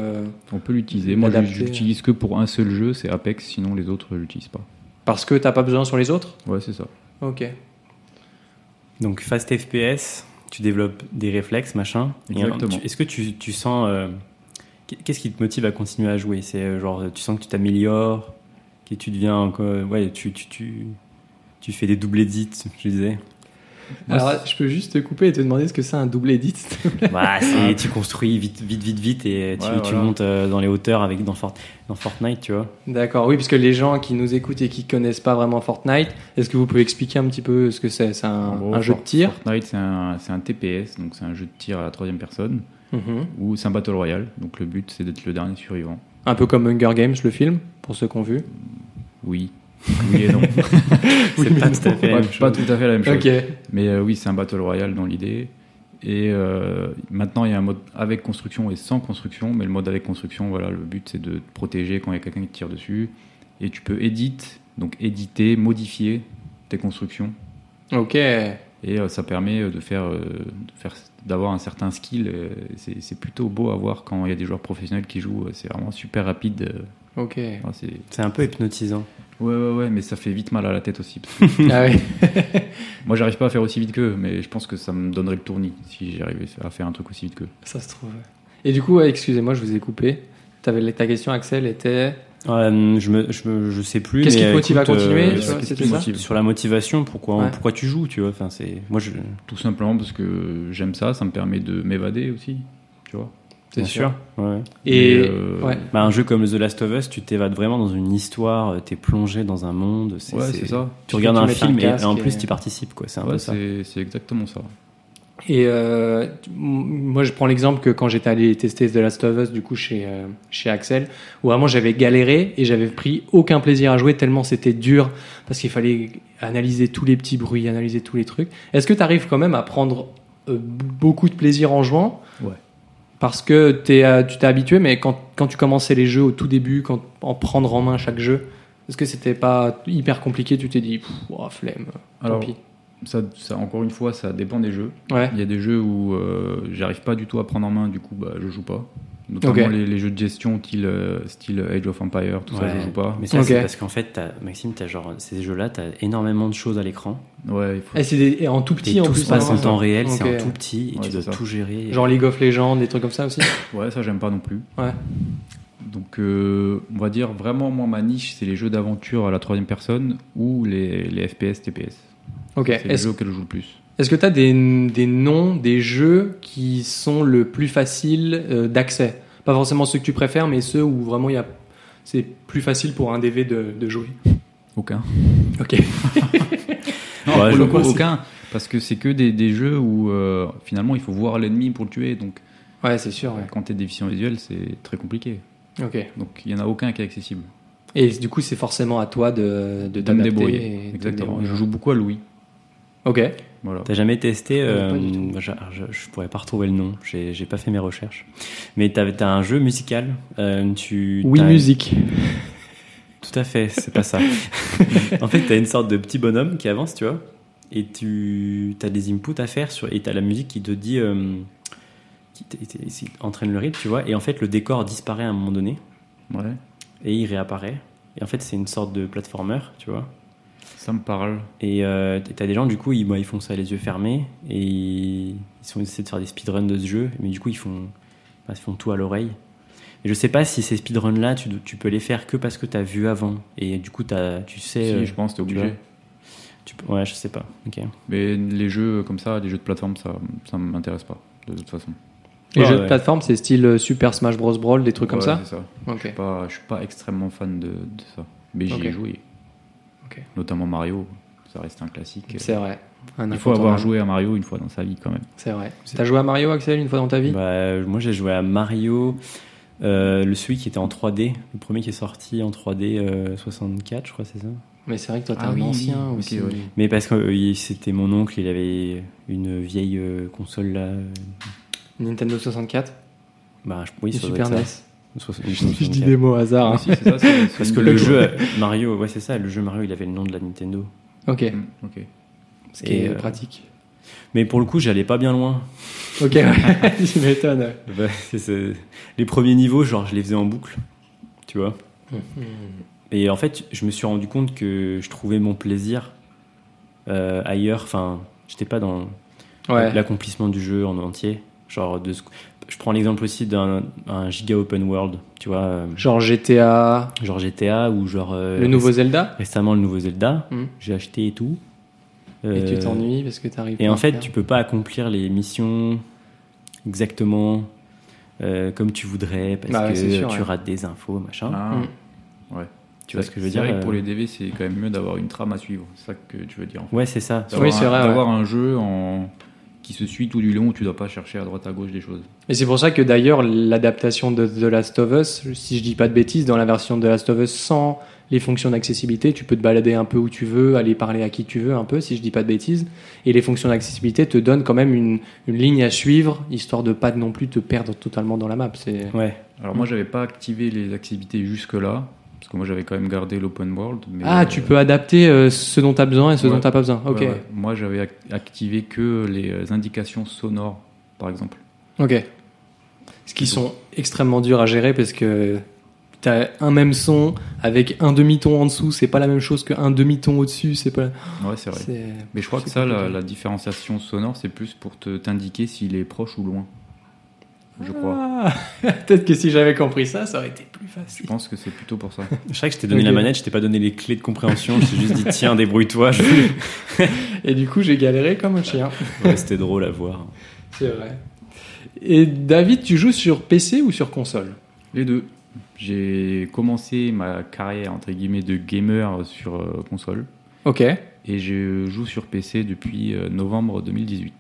[SPEAKER 3] On peut l'utiliser. Moi, je-
[SPEAKER 2] L'adapter.
[SPEAKER 3] je l'utilise que pour un seul jeu, c'est Apex, sinon les autres, je l'utilise pas.
[SPEAKER 2] parce que t'as pas besoin sur les autres.
[SPEAKER 3] Ouais, c'est ça.
[SPEAKER 2] Ok.
[SPEAKER 1] Donc fast FPS, tu développes des réflexes, machin. Et,
[SPEAKER 3] Exactement.
[SPEAKER 1] euh, tu- Est-ce que tu, tu sens... euh, Qu'est-ce qui te motive à continuer à jouer C'est euh, genre, tu sens que tu t'améliores, que tu deviens... quoi, ouais, tu, tu, tu, tu fais des doubles edits, je disais.
[SPEAKER 3] Moi,
[SPEAKER 2] Alors, je peux juste te couper et te demander ce que c'est un double edit.
[SPEAKER 1] Bah, c'est- tu construis vite, vite, vite, vite, et tu,
[SPEAKER 3] Ouais,
[SPEAKER 1] tu
[SPEAKER 3] voilà.
[SPEAKER 1] montes euh, dans les hauteurs avec, dans, Fort- dans Fortnite, tu vois.
[SPEAKER 2] D'accord, oui, parce que les gens qui nous écoutent et qui connaissent pas vraiment Fortnite, est-ce que vous pouvez expliquer un petit peu ce que c'est C'est un,
[SPEAKER 3] En
[SPEAKER 1] Oh,
[SPEAKER 3] gros,
[SPEAKER 2] un jeu de
[SPEAKER 3] Fort-
[SPEAKER 2] tir
[SPEAKER 3] Fortnite, c'est un, c'est un TPS, donc c'est un jeu de tir à la troisième personne,
[SPEAKER 2] Mhm.
[SPEAKER 3] ou c'est un Battle Royale, donc le but c'est d'être le dernier survivant.
[SPEAKER 2] Un peu comme Hunger Games, le film, pour ceux qui ont vu.
[SPEAKER 3] Oui. Oui et non.
[SPEAKER 1] C'est
[SPEAKER 2] mais
[SPEAKER 1] pas
[SPEAKER 2] non.
[SPEAKER 1] tout à fait la
[SPEAKER 3] pas,
[SPEAKER 1] même
[SPEAKER 3] pas
[SPEAKER 1] chose.
[SPEAKER 3] tout à fait la même chose.
[SPEAKER 2] Ok,
[SPEAKER 3] Mais euh, oui, c'est un Battle Royale dans l'idée. Et euh, maintenant, il y a un mode avec construction et sans construction. Mais le mode avec construction, voilà, le but c'est de te protéger quand il y a quelqu'un qui te tire dessus. Et tu peux éditer, donc éditer, modifier tes constructions.
[SPEAKER 2] ok.
[SPEAKER 3] Et euh, ça permet de faire, euh, de faire- d'avoir un certain skill. euh, C'est c'est plutôt beau à voir quand il y a des joueurs professionnels qui jouent. euh, C'est vraiment super rapide. euh,
[SPEAKER 2] Ok.
[SPEAKER 3] Enfin, c'est-
[SPEAKER 1] C'est un peu hypnotisant.
[SPEAKER 3] Ouais, ouais, ouais, mais ça fait vite mal à la tête aussi. parce que
[SPEAKER 2] Ah oui.
[SPEAKER 3] moi, j'arrive pas à faire aussi vite qu'eux, mais je pense que ça me donnerait le tournis si j'arrivais à faire un truc aussi vite qu'eux.
[SPEAKER 2] Ça se trouve. ouais. Et du coup, ouais, excusez-moi, je vous ai coupé. T'avais- ta question, Axel, était.
[SPEAKER 1] Euh, je, me, je, me- je sais plus.
[SPEAKER 2] Qu'est-ce qui
[SPEAKER 1] mais,
[SPEAKER 2] te motive
[SPEAKER 1] écoute, euh,
[SPEAKER 2] à continuer, tu vois,
[SPEAKER 1] qu'est-ce
[SPEAKER 2] c'était
[SPEAKER 1] qui te
[SPEAKER 2] ça
[SPEAKER 1] motive Sur la motivation, pourquoi,
[SPEAKER 2] Ouais.
[SPEAKER 1] pourquoi tu joues, tu vois enfin, c'est- Moi, je,
[SPEAKER 3] Tout simplement parce que j'aime ça, ça me permet de m'évader aussi, tu vois.
[SPEAKER 1] Bien sûr. ouais.
[SPEAKER 2] Et.
[SPEAKER 3] Mais, euh,
[SPEAKER 2] ouais.
[SPEAKER 1] Bah, un jeu comme The Last of Us, tu t'évades vraiment dans une histoire, euh, t'es plongé dans un monde. c'est-
[SPEAKER 3] Ouais,
[SPEAKER 1] c'est-
[SPEAKER 3] c'est ça.
[SPEAKER 1] Tu regardes
[SPEAKER 2] Tu
[SPEAKER 1] un
[SPEAKER 2] mets un
[SPEAKER 1] film et,
[SPEAKER 2] casque
[SPEAKER 1] et en
[SPEAKER 2] et-
[SPEAKER 1] plus tu participes, quoi. C'est un
[SPEAKER 3] Ouais,
[SPEAKER 1] peu ça.
[SPEAKER 3] c'est c'est exactement ça.
[SPEAKER 2] Et euh, tu- m- moi, je prends l'exemple que quand j'étais allé tester The Last of Us, du coup, chez, euh, chez Axel, où vraiment j'avais galéré et j'avais pris aucun plaisir à jouer tellement c'était dur parce qu'il fallait analyser tous les petits bruits, analyser tous les trucs. Est-ce que tu arrives quand même à prendre euh, b- beaucoup de plaisir en jouant
[SPEAKER 3] Ouais.
[SPEAKER 2] Parce que t'es, euh, tu t'es habitué, mais quand, quand tu commençais les jeux au tout début, quand, en prendre en main chaque jeu, est-ce que c'était pas hyper compliqué Tu t'es dit, Pff, oh, flemme,
[SPEAKER 3] Alors,
[SPEAKER 2] tant pis.
[SPEAKER 3] ça, ça, encore une fois, ça dépend des jeux.
[SPEAKER 2] Ouais,
[SPEAKER 3] Il y a des jeux où euh, j'arrive pas du tout à prendre en main, du coup, bah, je joue pas. Notamment
[SPEAKER 2] Ok.
[SPEAKER 3] les, les jeux de gestion, style, euh, style Age of Empire, tout ça,
[SPEAKER 1] Ouais.
[SPEAKER 3] je joue pas.
[SPEAKER 1] Mais ça,
[SPEAKER 2] Ok.
[SPEAKER 1] c'est parce qu'en fait, t'as- Maxime, as genre, ces jeux-là, t'as énormément de choses à l'écran.
[SPEAKER 3] Ouais, il faut.
[SPEAKER 2] Et c'est des- et en tout petit,
[SPEAKER 1] Et
[SPEAKER 2] en
[SPEAKER 1] tout
[SPEAKER 2] plus.
[SPEAKER 1] se passe
[SPEAKER 2] hein.
[SPEAKER 1] en temps réel,
[SPEAKER 2] Ok.
[SPEAKER 1] c'est en tout petit et
[SPEAKER 3] Ouais,
[SPEAKER 1] tu dois
[SPEAKER 3] c'est ça.
[SPEAKER 1] tout gérer.
[SPEAKER 2] Genre League of Legends, des trucs comme ça aussi.
[SPEAKER 3] Ouais, ça, j'aime pas non plus.
[SPEAKER 2] Ouais.
[SPEAKER 3] Donc, euh, on va dire vraiment, moi, ma niche, c'est les jeux d'aventure à la troisième personne ou les, les FPS, TPS.
[SPEAKER 2] Ok.
[SPEAKER 3] C'est les
[SPEAKER 2] Est-ce
[SPEAKER 3] jeux auxquels je joue le plus.
[SPEAKER 2] est-ce que tu as des, des noms, des jeux qui sont le plus facile euh, d'accès Pas forcément ceux que tu préfères, mais ceux où vraiment il y a. C'est plus facile pour un DV de, de jouer.
[SPEAKER 3] Aucun.
[SPEAKER 2] Ok.
[SPEAKER 3] Non,
[SPEAKER 1] Ouais,
[SPEAKER 3] pour
[SPEAKER 1] je
[SPEAKER 3] le coup,
[SPEAKER 1] vois, c'est-
[SPEAKER 3] aucun. Parce que c'est que des, des jeux où, euh, finalement, il faut voir l'ennemi pour le tuer. Donc,
[SPEAKER 2] Ouais, c'est sûr. ouais.
[SPEAKER 3] quand t'es déficient visuel, c'est très compliqué.
[SPEAKER 2] Ok.
[SPEAKER 3] Donc, il y en a aucun qui est accessible.
[SPEAKER 2] Et du coup, c'est forcément à toi de, de
[SPEAKER 3] De me
[SPEAKER 2] t'adapter.
[SPEAKER 3] débrouiller.
[SPEAKER 2] et de
[SPEAKER 3] Exactement.
[SPEAKER 2] débrouiller.
[SPEAKER 3] Je joue beaucoup à Louis.
[SPEAKER 2] Ok.
[SPEAKER 3] Voilà.
[SPEAKER 1] T'as jamais testé euh,
[SPEAKER 2] Non, pas du tout.
[SPEAKER 1] je, je, je pourrais pas retrouver le nom, j'ai j'ai pas fait mes recherches. Mais t'as as un jeu musical. euh, tu,
[SPEAKER 2] Oui,
[SPEAKER 1] t'as-
[SPEAKER 2] musique.
[SPEAKER 1] Tout à fait, c'est pas ça. en fait, t'as une sorte de petit bonhomme qui avance, tu vois, et tu as des inputs à faire sur, et t'as la musique qui te dit, euh, qui t- t- qui entraîne le rythme, tu vois, et en fait, le décor disparaît à un moment donné
[SPEAKER 3] Ouais.
[SPEAKER 1] et il réapparaît. Et en fait, c'est une sorte de platformer, tu vois.
[SPEAKER 3] Ça me parle.
[SPEAKER 1] Et euh, t- t'as des gens, du coup, ils, bah, ils font ça les yeux fermés et ils, ils sont essayés de faire des speedruns de ce jeu, mais du coup, ils font, bah, ils font tout à l'oreille. Et je sais pas si ces speedruns là, tu, tu peux les faire que parce que t'as vu avant et du coup, t'as- tu sais.
[SPEAKER 3] si,
[SPEAKER 1] euh,
[SPEAKER 3] je pense, t'es
[SPEAKER 1] tu
[SPEAKER 3] obligé.
[SPEAKER 1] vois. Tu peux- Ouais, je sais pas. Ok.
[SPEAKER 3] Mais les jeux comme ça, les jeux de plateforme, ça, ça m'intéresse pas. De toute façon.
[SPEAKER 2] Les
[SPEAKER 1] Ouais,
[SPEAKER 2] jeux de
[SPEAKER 1] ouais.
[SPEAKER 2] plateforme, c'est style euh, Super Smash Bros. Brawl, des trucs comme
[SPEAKER 3] Ouais,
[SPEAKER 2] ça
[SPEAKER 3] c'est ça.
[SPEAKER 2] Ok.
[SPEAKER 3] Je suis pas- je suis pas extrêmement fan de, de ça. Mais j'y
[SPEAKER 2] Ok.
[SPEAKER 3] ai joué.
[SPEAKER 2] Ok.
[SPEAKER 3] Notamment Mario. Ça reste un classique.
[SPEAKER 2] C'est vrai. Un
[SPEAKER 3] Il faut avoir
[SPEAKER 2] incontournable.
[SPEAKER 3] joué à Mario une fois dans sa vie quand même.
[SPEAKER 2] C'est vrai. T'as joué à Mario, Axel, une fois dans ta vie
[SPEAKER 1] Bah, moi, j'ai joué à Mario, euh, le celui qui était en 3D, le premier qui est sorti en 3D euh, 64, je crois, c'est ça.
[SPEAKER 2] Mais c'est vrai que toi, t'es
[SPEAKER 3] Ah
[SPEAKER 2] un
[SPEAKER 3] oui,
[SPEAKER 2] ancien
[SPEAKER 3] oui,
[SPEAKER 2] aussi.
[SPEAKER 3] ok, ouais.
[SPEAKER 1] Mais parce que euh, il- c'était mon oncle, il avait une vieille euh, console là. euh,
[SPEAKER 2] Nintendo 64
[SPEAKER 1] Bah, je, oui,
[SPEAKER 2] et
[SPEAKER 1] ça doit
[SPEAKER 2] Super E
[SPEAKER 1] être
[SPEAKER 2] NES.
[SPEAKER 1] ça. Soix-
[SPEAKER 2] Je,
[SPEAKER 1] une
[SPEAKER 2] dis- je dis
[SPEAKER 1] 64.
[SPEAKER 2] des mots au hasard. hein.
[SPEAKER 3] Si, c'est ça, c'est- c'est
[SPEAKER 1] Parce
[SPEAKER 3] une
[SPEAKER 1] que le
[SPEAKER 3] blague,
[SPEAKER 1] jeu
[SPEAKER 3] ouais.
[SPEAKER 1] euh, Mario, ouais, c'est ça, le jeu Mario, il avait le nom de la Nintendo.
[SPEAKER 2] Ok,
[SPEAKER 3] Mm, ok.
[SPEAKER 2] ce qui
[SPEAKER 1] Et,
[SPEAKER 2] est
[SPEAKER 1] euh,
[SPEAKER 2] pratique.
[SPEAKER 1] Mais pour le coup, j'allais pas bien loin.
[SPEAKER 2] Ok, ouais, tu m'étonnes.
[SPEAKER 1] Bah, c'est- c'est- Les premiers niveaux, genre, je les faisais en boucle, tu vois.
[SPEAKER 2] Mhm.
[SPEAKER 1] Et en fait, je me suis rendu compte que je trouvais mon plaisir euh, ailleurs. Enfin, j'étais pas dans
[SPEAKER 2] Ouais,
[SPEAKER 1] l'accomplissement du jeu en entier. Genre, de ce- je prends l'exemple aussi d'un un giga open world, tu vois, euh,
[SPEAKER 2] genre GTA,
[SPEAKER 1] genre GTA ou genre euh,
[SPEAKER 2] le nouveau Zelda,
[SPEAKER 1] récemment le nouveau Zelda.
[SPEAKER 2] Mhm.
[SPEAKER 1] J'ai acheté et tout.
[SPEAKER 2] et tu
[SPEAKER 1] Euh,
[SPEAKER 2] t'ennuies parce que t'arrives
[SPEAKER 1] Et
[SPEAKER 2] pas
[SPEAKER 1] en
[SPEAKER 2] à
[SPEAKER 1] fait,
[SPEAKER 2] faire.
[SPEAKER 1] tu peux pas accomplir les missions exactement euh, comme tu voudrais parce
[SPEAKER 2] Bah ouais,
[SPEAKER 1] que
[SPEAKER 2] c'est sûr,
[SPEAKER 1] tu
[SPEAKER 2] ouais.
[SPEAKER 1] rates des infos, machin.
[SPEAKER 3] Ah,
[SPEAKER 2] Mm.
[SPEAKER 1] tu vois ce que je veux
[SPEAKER 3] C'est
[SPEAKER 1] dire
[SPEAKER 3] vrai que pour
[SPEAKER 1] euh,
[SPEAKER 3] les DV, c'est quand même mieux d'avoir une trame à suivre. C'est ça que tu veux dire. en fait.
[SPEAKER 1] Ouais, c'est ça.
[SPEAKER 3] D'avoir
[SPEAKER 2] Oui, c'est
[SPEAKER 3] un-
[SPEAKER 2] vrai, ouais.
[SPEAKER 3] D'avoir un jeu en... qui se suit tout du long, où tu dois pas chercher à droite à gauche des choses.
[SPEAKER 2] Et c'est pour ça que d'ailleurs, l'adaptation de The Last of Us, si je dis pas de bêtises, dans la version de The Last of Us sans les fonctions d'accessibilité, tu peux te balader un peu où tu veux, aller parler à qui tu veux un peu, si je dis pas de bêtises. Et les fonctions d'accessibilité te donnent quand même une, une ligne à suivre, histoire de pas non plus te perdre totalement dans la map. C'est...
[SPEAKER 1] Ouais.
[SPEAKER 3] Alors
[SPEAKER 2] Mm.
[SPEAKER 3] moi, j'avais pas activé les activités jusque-là, parce que moi, j'avais quand même gardé l'open world. mais,
[SPEAKER 2] Ah,
[SPEAKER 3] euh,
[SPEAKER 2] tu peux adapter euh, ce dont tu as besoin et ce
[SPEAKER 3] Ouais.
[SPEAKER 2] dont tu pas besoin. Ok.
[SPEAKER 3] ouais, ouais. Moi, j'avais ac- activé que les euh, indications sonores, par exemple.
[SPEAKER 2] Ok. Ce qui sont extrêmement durs à gérer parce que t'as un même son avec un demi-ton en dessous, c'est pas la même chose qu'un demi-ton au-dessus, c'est pas. la-
[SPEAKER 3] Ouais, c'est vrai.
[SPEAKER 2] c'est-
[SPEAKER 3] Mais je crois
[SPEAKER 2] c'est
[SPEAKER 3] que ça, la,
[SPEAKER 2] compliqué.
[SPEAKER 3] la différenciation sonore, c'est plus pour te t'indiquer s'il est proche ou loin. Je crois.
[SPEAKER 2] Ah, Peut-être que si j'avais compris ça, ça aurait été plus
[SPEAKER 3] Je
[SPEAKER 2] facile.
[SPEAKER 3] pense que c'est plutôt pour ça.
[SPEAKER 1] Je sais que je t'ai donné
[SPEAKER 2] Ok.
[SPEAKER 1] la manette, je t'ai pas donné les clés de compréhension, je t'ai juste dit tiens, débrouille-toi. Je...
[SPEAKER 2] Et du coup, j'ai galéré comme un chien.
[SPEAKER 1] Ouais, c'était drôle à voir.
[SPEAKER 2] C'est vrai. Et David, tu joues sur PC ou sur console
[SPEAKER 3] Les deux. J'ai commencé ma carrière entre guillemets de gamer sur euh, console
[SPEAKER 2] Ok.
[SPEAKER 3] et je joue sur PC depuis euh, novembre 2018.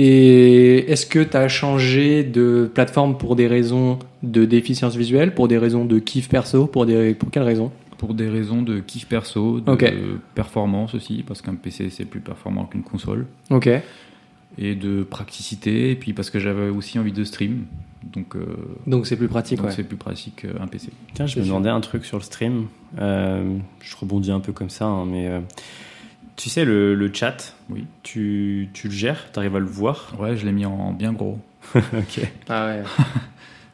[SPEAKER 2] Et est-ce que tu as changé de plateforme pour des raisons de déficience visuelle, pour des raisons de kiff perso, pour, des... pour quelles raisons
[SPEAKER 3] Pour des raisons de kiff perso, de
[SPEAKER 2] Ok.
[SPEAKER 3] performance aussi, parce qu'un PC c'est plus performant qu'une console,
[SPEAKER 2] Ok.
[SPEAKER 3] et de praticité, et puis parce que j'avais aussi envie de stream, donc euh,
[SPEAKER 2] Donc c'est plus pratique,
[SPEAKER 3] donc
[SPEAKER 2] ouais.
[SPEAKER 3] c'est plus pratique euh, qu'un PC.
[SPEAKER 1] Tiens, je
[SPEAKER 2] C'est
[SPEAKER 1] me
[SPEAKER 2] sûr.
[SPEAKER 1] demandais un truc sur le stream. Euh, je rebondis un peu comme ça, hein, mais euh, tu sais, le, le chat,
[SPEAKER 3] Oui.
[SPEAKER 1] tu, tu le gères, t'arrives à le voir.
[SPEAKER 3] Ouais, je l'ai mis en bien gros.
[SPEAKER 1] ok.
[SPEAKER 2] Ah ouais.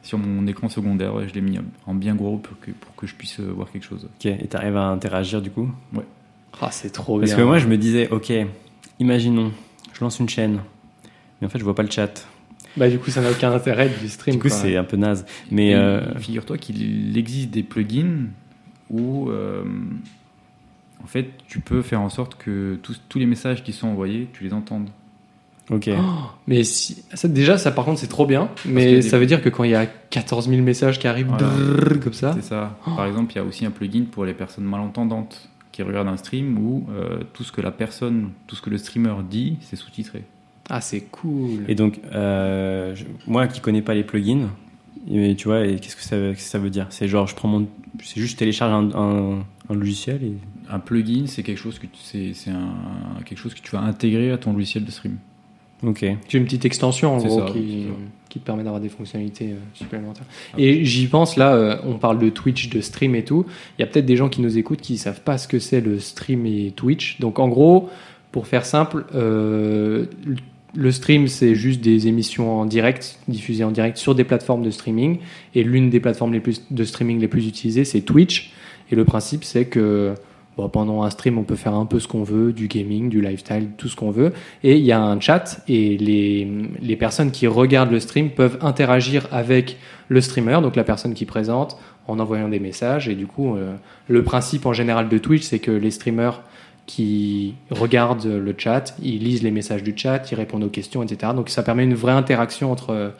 [SPEAKER 3] Sur mon écran secondaire, ouais, je l'ai mis en bien gros pour que, pour que je puisse euh, voir quelque chose.
[SPEAKER 1] Ok, et t'arrives à interagir du coup
[SPEAKER 2] Ah, c'est trop
[SPEAKER 1] Parce
[SPEAKER 2] bien.
[SPEAKER 1] que moi, je me disais, ok, imaginons, je lance une chaîne, mais en fait, je vois pas le chat.
[SPEAKER 2] Bah du coup, ça n'a aucun intérêt du stream.
[SPEAKER 1] Du coup,
[SPEAKER 2] quoi.
[SPEAKER 1] c'est un peu naze. Mais
[SPEAKER 3] Et
[SPEAKER 1] euh,
[SPEAKER 3] figure-toi qu'il existe des plugins où, euh, en fait, tu peux faire en sorte que tous, tous les messages qui sont envoyés, tu les entendes.
[SPEAKER 1] ok.
[SPEAKER 2] Oh, mais si... ça, déjà, ça par contre, c'est trop bien. Mais
[SPEAKER 3] que
[SPEAKER 2] ça
[SPEAKER 3] des-
[SPEAKER 2] veut dire que quand il y a 14 000 messages qui arrivent
[SPEAKER 3] Voilà.
[SPEAKER 2] drrrr, comme ça.
[SPEAKER 3] C'est ça.
[SPEAKER 2] Oh.
[SPEAKER 3] Par exemple, il y a aussi un plugin pour les personnes malentendantes qui regardent un stream où euh, tout ce que la personne, tout ce que le streamer dit, c'est sous-titré.
[SPEAKER 2] Ah, c'est cool.
[SPEAKER 1] Et donc, euh, je- moi qui connais pas les plugins, et tu vois, et qu'est-ce que ça, qu'est-ce que ça veut dire C'est genre, je prends mon, c'est juste je télécharge un, un- un logiciel et
[SPEAKER 3] Un plugin, c'est quelque chose que tu, c'est, c'est un, quelque chose que tu vas intégrer à ton logiciel de stream.
[SPEAKER 1] ok.
[SPEAKER 2] C'est une petite extension en
[SPEAKER 3] C'est
[SPEAKER 2] gros
[SPEAKER 3] ça,
[SPEAKER 2] qui,
[SPEAKER 3] c'est ça. Ah
[SPEAKER 2] qui te permet d'avoir des fonctionnalités euh, supplémentaires. Et j'y pense là, euh, on parle de Twitch, de stream et tout. Il y a peut-être des gens qui nous écoutent qui savent pas ce que c'est le stream et Twitch. Donc en gros, pour faire simple, euh, le- le stream c'est juste des émissions en direct, diffusées en direct sur des plateformes de streaming. Et l'une des plateformes les plus, de streaming les plus utilisées c'est Twitch. Et le principe c'est que bon, pendant un stream on peut faire un peu ce qu'on veut, du gaming, du lifestyle, tout ce qu'on veut. Et il y a un chat et les, les personnes qui regardent le stream peuvent interagir avec le streamer, donc la personne qui présente, en envoyant des messages. Et du coup, euh, le principe en général de Twitch, c'est que les streamers qui regardent le chat, ils lisent les messages du chat, ils répondent aux questions, etc. Donc ça permet une vraie interaction entre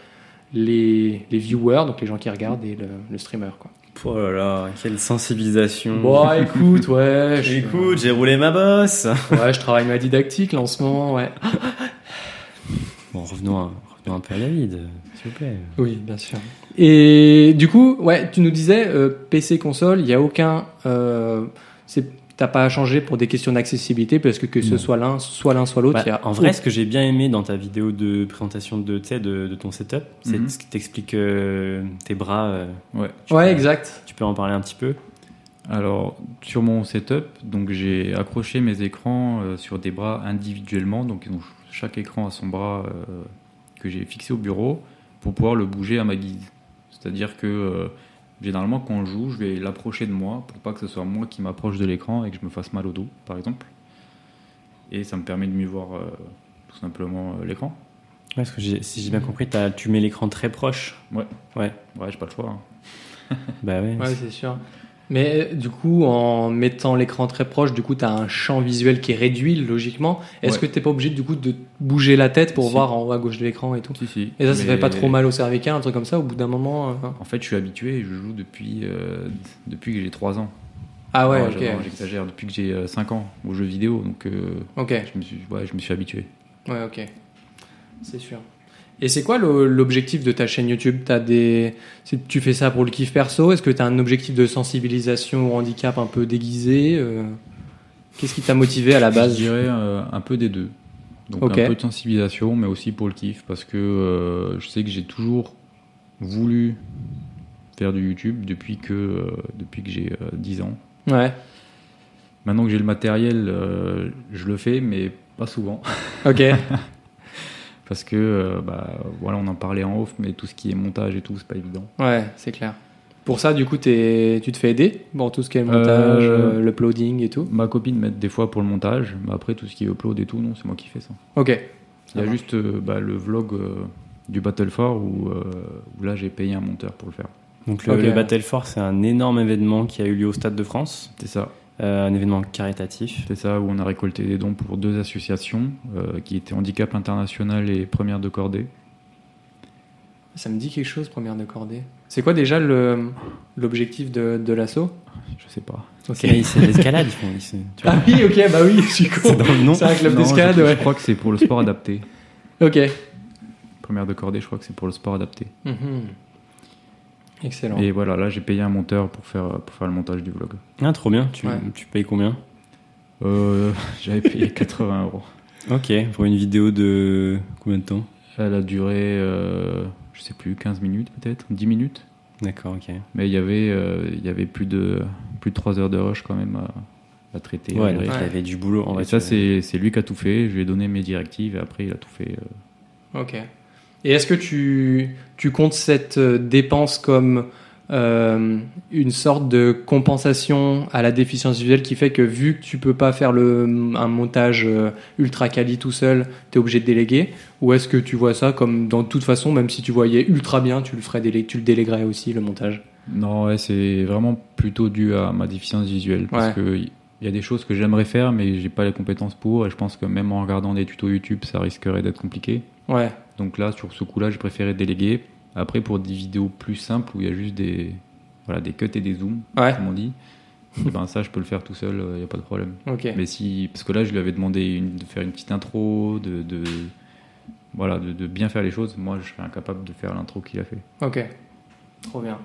[SPEAKER 2] les, les viewers, donc les gens qui regardent, et le, le streamer. Quoi.
[SPEAKER 1] Oh là là, quelle sensibilisation.
[SPEAKER 2] Bon, écoute, ouais, je,
[SPEAKER 1] Écoute, j'ai roulé ma bosse.
[SPEAKER 2] ouais, je travaille ma didactique là en ce moment, ouais.
[SPEAKER 1] Bon, revenons, à- revenons un peu à David, s'il vous plaît.
[SPEAKER 2] Oui, bien sûr. Et du coup, ouais, tu nous disais euh, PC console, il y a aucun, euh, c'est- t'as pas à changer pour des questions d'accessibilité parce que que ce
[SPEAKER 3] Non.
[SPEAKER 2] soit l'un, soit l'un, soit l'autre,
[SPEAKER 1] Bah,
[SPEAKER 2] il y a
[SPEAKER 1] en vrai, ce que j'ai bien aimé dans ta vidéo de présentation de, tu sais, de, de ton setup, c'est
[SPEAKER 3] Mhm.
[SPEAKER 1] ce qui t'explique euh, tes bras. euh,
[SPEAKER 3] Ouais.
[SPEAKER 1] tu
[SPEAKER 2] ouais,
[SPEAKER 1] peux-
[SPEAKER 2] exact.
[SPEAKER 1] Tu peux en parler un petit peu
[SPEAKER 3] Alors, sur mon setup, donc j'ai accroché mes écrans euh, sur des bras individuellement. Donc, donc, chaque écran a son bras euh, que j'ai fixé au bureau pour pouvoir le bouger à ma guise. C'est-à-dire que euh, généralement, quand je joue, je vais l'approcher de moi pour pas que ce soit moi qui m'approche de l'écran et que je me fasse mal au dos, par exemple. Et ça me permet de mieux voir euh, tout simplement euh, l'écran.
[SPEAKER 1] Ouais, parce que j'ai- si j'ai bien compris, t'as- tu mets l'écran très proche.
[SPEAKER 3] Ouais, j'ai pas le choix. hein.
[SPEAKER 1] Bah ouais.
[SPEAKER 2] Ouais, c'est sûr. Mais euh, du coup, en mettant l'écran très proche, du coup, t'as un champ visuel qui est réduit logiquement. Est-ce
[SPEAKER 3] Ouais.
[SPEAKER 2] que t'es pas obligé du coup de bouger la tête pour
[SPEAKER 3] Si.
[SPEAKER 2] voir en haut à gauche de l'écran et tout
[SPEAKER 3] Si, si.
[SPEAKER 2] Et ça, ça
[SPEAKER 3] Mais-
[SPEAKER 2] fait pas trop mal au cervical, un truc comme ça. Au bout d'un moment. euh, hein.
[SPEAKER 3] En fait, je suis habitué et je joue depuis, euh, depuis que j'ai 3 ans.
[SPEAKER 2] Ah ouais,
[SPEAKER 3] Non,
[SPEAKER 2] ok,
[SPEAKER 3] j'adore, J'exagère depuis que j'ai 5 ans aux jeux vidéo, donc euh,
[SPEAKER 2] ok.
[SPEAKER 3] je, me suis, ouais, je me suis habitué.
[SPEAKER 2] Ouais, ok. C'est sûr. Et c'est quoi le- l'objectif de ta chaîne YouTube as des... c'est- Tu fais ça pour le kiff perso Est-ce que tu as un objectif de sensibilisation au handicap un peu déguisé Euh, Qu'est-ce qui t'a motivé à la
[SPEAKER 3] Je
[SPEAKER 2] base
[SPEAKER 3] dirais euh, un peu des deux. Donc
[SPEAKER 2] Ok.
[SPEAKER 3] un peu de sensibilisation, mais aussi pour le kiff, parce que euh, je sais que j'ai toujours voulu faire du YouTube depuis que, euh, depuis que j'ai euh, 10 ans.
[SPEAKER 2] Ouais,
[SPEAKER 3] Maintenant que j'ai le matériel, euh, je le fais, mais pas souvent.
[SPEAKER 2] ok.
[SPEAKER 3] Parce que, euh, bah, voilà, on en parlait en off, mais tout ce qui est montage et tout, c'est pas évident.
[SPEAKER 2] ouais, c'est clair. Pour ça, du coup, t'es- tu te fais aider pour tout ce qui est le montage,
[SPEAKER 3] Euh,
[SPEAKER 2] euh, l'uploading et tout.
[SPEAKER 3] Ma copine m'aide des fois pour le montage, mais après tout ce qui est upload et tout, non, c'est moi qui fais ça.
[SPEAKER 2] Ok.
[SPEAKER 3] Il y a
[SPEAKER 2] marche.
[SPEAKER 3] juste euh, bah, le vlog euh, du Battle 4 où, euh, où là j'ai payé un monteur pour le faire.
[SPEAKER 1] Donc le,
[SPEAKER 2] Ok.
[SPEAKER 1] le Battle Force, c'est un énorme événement qui a eu lieu au Stade de France,
[SPEAKER 3] C'est ça,
[SPEAKER 1] euh, un événement caritatif.
[SPEAKER 3] c'est ça où on a récolté des dons pour deux associations euh, qui étaient Handicap International et Première de Cordée.
[SPEAKER 2] Ça me dit quelque chose, première de cordée. C'est quoi déjà le- l'objectif de, de l'assaut
[SPEAKER 3] Je sais pas.
[SPEAKER 1] Mais C'est l'escalade, ils font. ils- c'est- tu vois,
[SPEAKER 2] Ah oui, ok, bah oui, je suis
[SPEAKER 1] c'est
[SPEAKER 2] con.
[SPEAKER 1] dans le nom.
[SPEAKER 2] C'est un club
[SPEAKER 3] Non,
[SPEAKER 2] d'escalade,
[SPEAKER 3] je, je
[SPEAKER 2] ouais.
[SPEAKER 3] crois que c'est pour le sport adapté.
[SPEAKER 2] Ok.
[SPEAKER 3] Première de Cordée, je crois que c'est pour le sport adapté.
[SPEAKER 2] Mhm. Excellent.
[SPEAKER 3] Et voilà, là j'ai payé un monteur pour faire, pour faire le montage du vlog.
[SPEAKER 1] Ah, trop bien. Tu,
[SPEAKER 2] Ouais.
[SPEAKER 1] tu payes combien
[SPEAKER 3] Euh, J'avais payé 80 euros.
[SPEAKER 1] Ok, pour une vidéo de combien de temps
[SPEAKER 3] Elle a duré, euh, je sais plus, 15 minutes peut-être, 10 minutes.
[SPEAKER 1] D'accord, ok.
[SPEAKER 3] Mais il y avait, euh, il y avait plus, de, plus de 3 heures de rush quand même à, à traiter. à
[SPEAKER 1] Ouais, donc
[SPEAKER 3] gérer.
[SPEAKER 1] il avait du boulot. En
[SPEAKER 3] Et
[SPEAKER 1] vrai,
[SPEAKER 3] ça,
[SPEAKER 1] tu-
[SPEAKER 3] c'est c'est lui qui a tout fait. Je lui ai donné mes directives et après, il a tout fait. euh.
[SPEAKER 2] Ok. Et est-ce que tu, tu comptes cette euh, dépense comme euh, une sorte de compensation à la déficience visuelle qui fait que vu que tu peux pas faire le, un montage euh, ultra quali tout seul, tu es obligé de déléguer Ou est-ce que tu vois ça comme dans toute façon, même si tu voyais ultra bien, tu le, ferais délé- tu le déléguerais aussi le montage
[SPEAKER 3] Non, ouais, c'est vraiment plutôt dû à ma déficience visuelle. Parce que il y a des choses que j'aimerais faire, mais j'ai pas les compétences pour. Et je pense que même en regardant des tutos YouTube, ça risquerait d'être compliqué.
[SPEAKER 2] Ouais,
[SPEAKER 3] Donc là, sur ce coup-là, j'ai préféré déléguer. Après, pour des vidéos plus simples où il y a juste des, voilà, des cuts et des zooms,
[SPEAKER 2] ouais,
[SPEAKER 3] comme on dit, eh ben ça, je peux le faire tout seul, il n'y a pas de problème.
[SPEAKER 2] ok.
[SPEAKER 3] Mais si, parce que là, je lui avais demandé une- de faire une petite intro, de, de, voilà, de, de bien faire les choses. Moi, je serais incapable de faire l'intro qu'il a fait.
[SPEAKER 2] Ok, trop bien.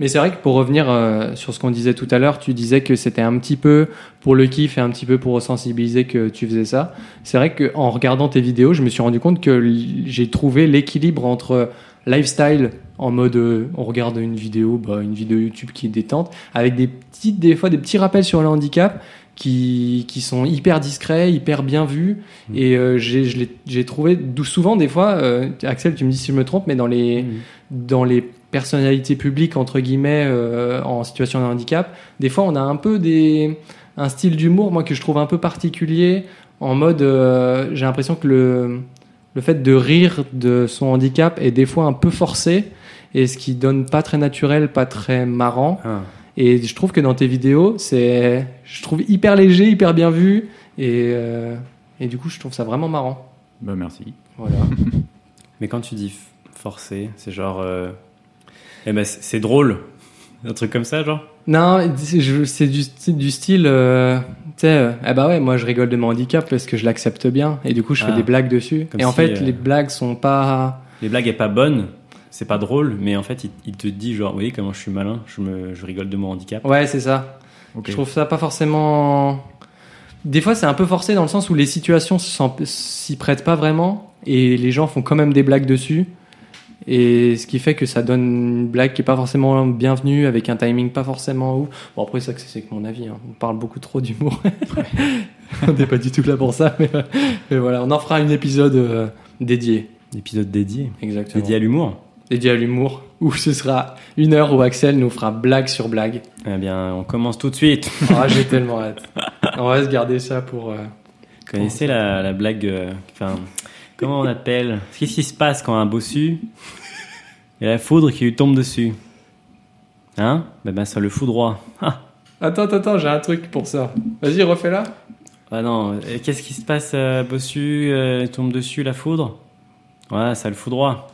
[SPEAKER 2] Mais c'est vrai que pour revenir euh, sur ce qu'on disait tout à l'heure, tu disais que c'était un petit peu pour le kiff et un petit peu pour sensibiliser que tu faisais ça. C'est vrai qu'en regardant tes vidéos, je me suis rendu compte que l- j'ai trouvé l'équilibre entre lifestyle en mode euh, on regarde une vidéo, bah, une vidéo YouTube qui est détente, avec des petites, des fois des petits rappels sur le handicap qui, qui sont hyper discrets, hyper bien vus.
[SPEAKER 1] Mm.
[SPEAKER 2] Et euh, j'ai- je l'ai- j'ai trouvé, d'où souvent des fois, euh, Axel, tu me dis si je me trompe, mais dans les, dans les personnalités publiques entre guillemets euh, en situation de handicap, des fois on a un peu des un style d'humour moi que je trouve un peu particulier en mode euh, j'ai l'impression que le le fait de rire de son handicap est des fois un peu forcé et ce qui donne pas très naturel, pas très marrant
[SPEAKER 1] Ah.
[SPEAKER 2] et je trouve que dans tes vidéos, c'est je trouve hyper léger, hyper bien vu et euh, et du coup, je trouve ça vraiment marrant.
[SPEAKER 3] Ben, merci.
[SPEAKER 2] Voilà.
[SPEAKER 1] Mais quand tu dis f- forcé, c'est genre. euh, Eh ben, c'est c'est drôle. Un truc comme ça, genre
[SPEAKER 2] Non, c'est je- c'est du, style- du style, euh, tu sais, euh, ah bah ouais, moi je rigole de mon handicap parce que je l'accepte bien et du coup je fais
[SPEAKER 1] Ah.
[SPEAKER 2] des blagues dessus.
[SPEAKER 1] Comme
[SPEAKER 2] et en
[SPEAKER 1] si,
[SPEAKER 2] fait,
[SPEAKER 1] euh,
[SPEAKER 2] les blagues sont pas.
[SPEAKER 1] Les blagues est pas bonne, c'est pas drôle, mais en fait, il, il te dit, genre, vous voyez comment je suis malin, je, me, je rigole de mon handicap.
[SPEAKER 2] Ouais, c'est ça.
[SPEAKER 3] Ok.
[SPEAKER 2] Je trouve ça pas forcément. Des fois, c'est un peu forcé dans le sens où les situations s'en- s'y prêtent pas vraiment et les gens font quand même des blagues dessus. Et ce qui fait que ça donne une blague qui est pas forcément bienvenue, avec un timing pas forcément ouf. Bon, après, ça, c'est- c'est que mon avis. hein. On parle beaucoup trop d'humour. on n'est pas du tout là pour ça, mais, euh, mais voilà, on en fera un épisode euh, dédié.
[SPEAKER 1] Épisode dédié.
[SPEAKER 2] Exactement.
[SPEAKER 1] Dédié à l'humour.
[SPEAKER 2] Dédié à l'humour, où ce sera une heure où Axel nous fera blague sur blague.
[SPEAKER 1] Eh bien, on commence tout de suite.
[SPEAKER 2] Ah, j'ai tellement hâte. On va se garder ça pour. euh,
[SPEAKER 1] Vous connaissez la, la blague. euh, Enfin, comment on appelle Qu'est-ce qui se passe quand un bossu. Il y a la foudre qui lui tombe dessus Hein Ben, ben, ça le fout droit.
[SPEAKER 2] Attends, attends, attends, j'ai un truc pour ça. Vas-y, refais-la.
[SPEAKER 1] Ah non, euh, qu'est-ce qui se passe, euh, Bossu euh, Tombe dessus la foudre Ouais, ça le fout droit.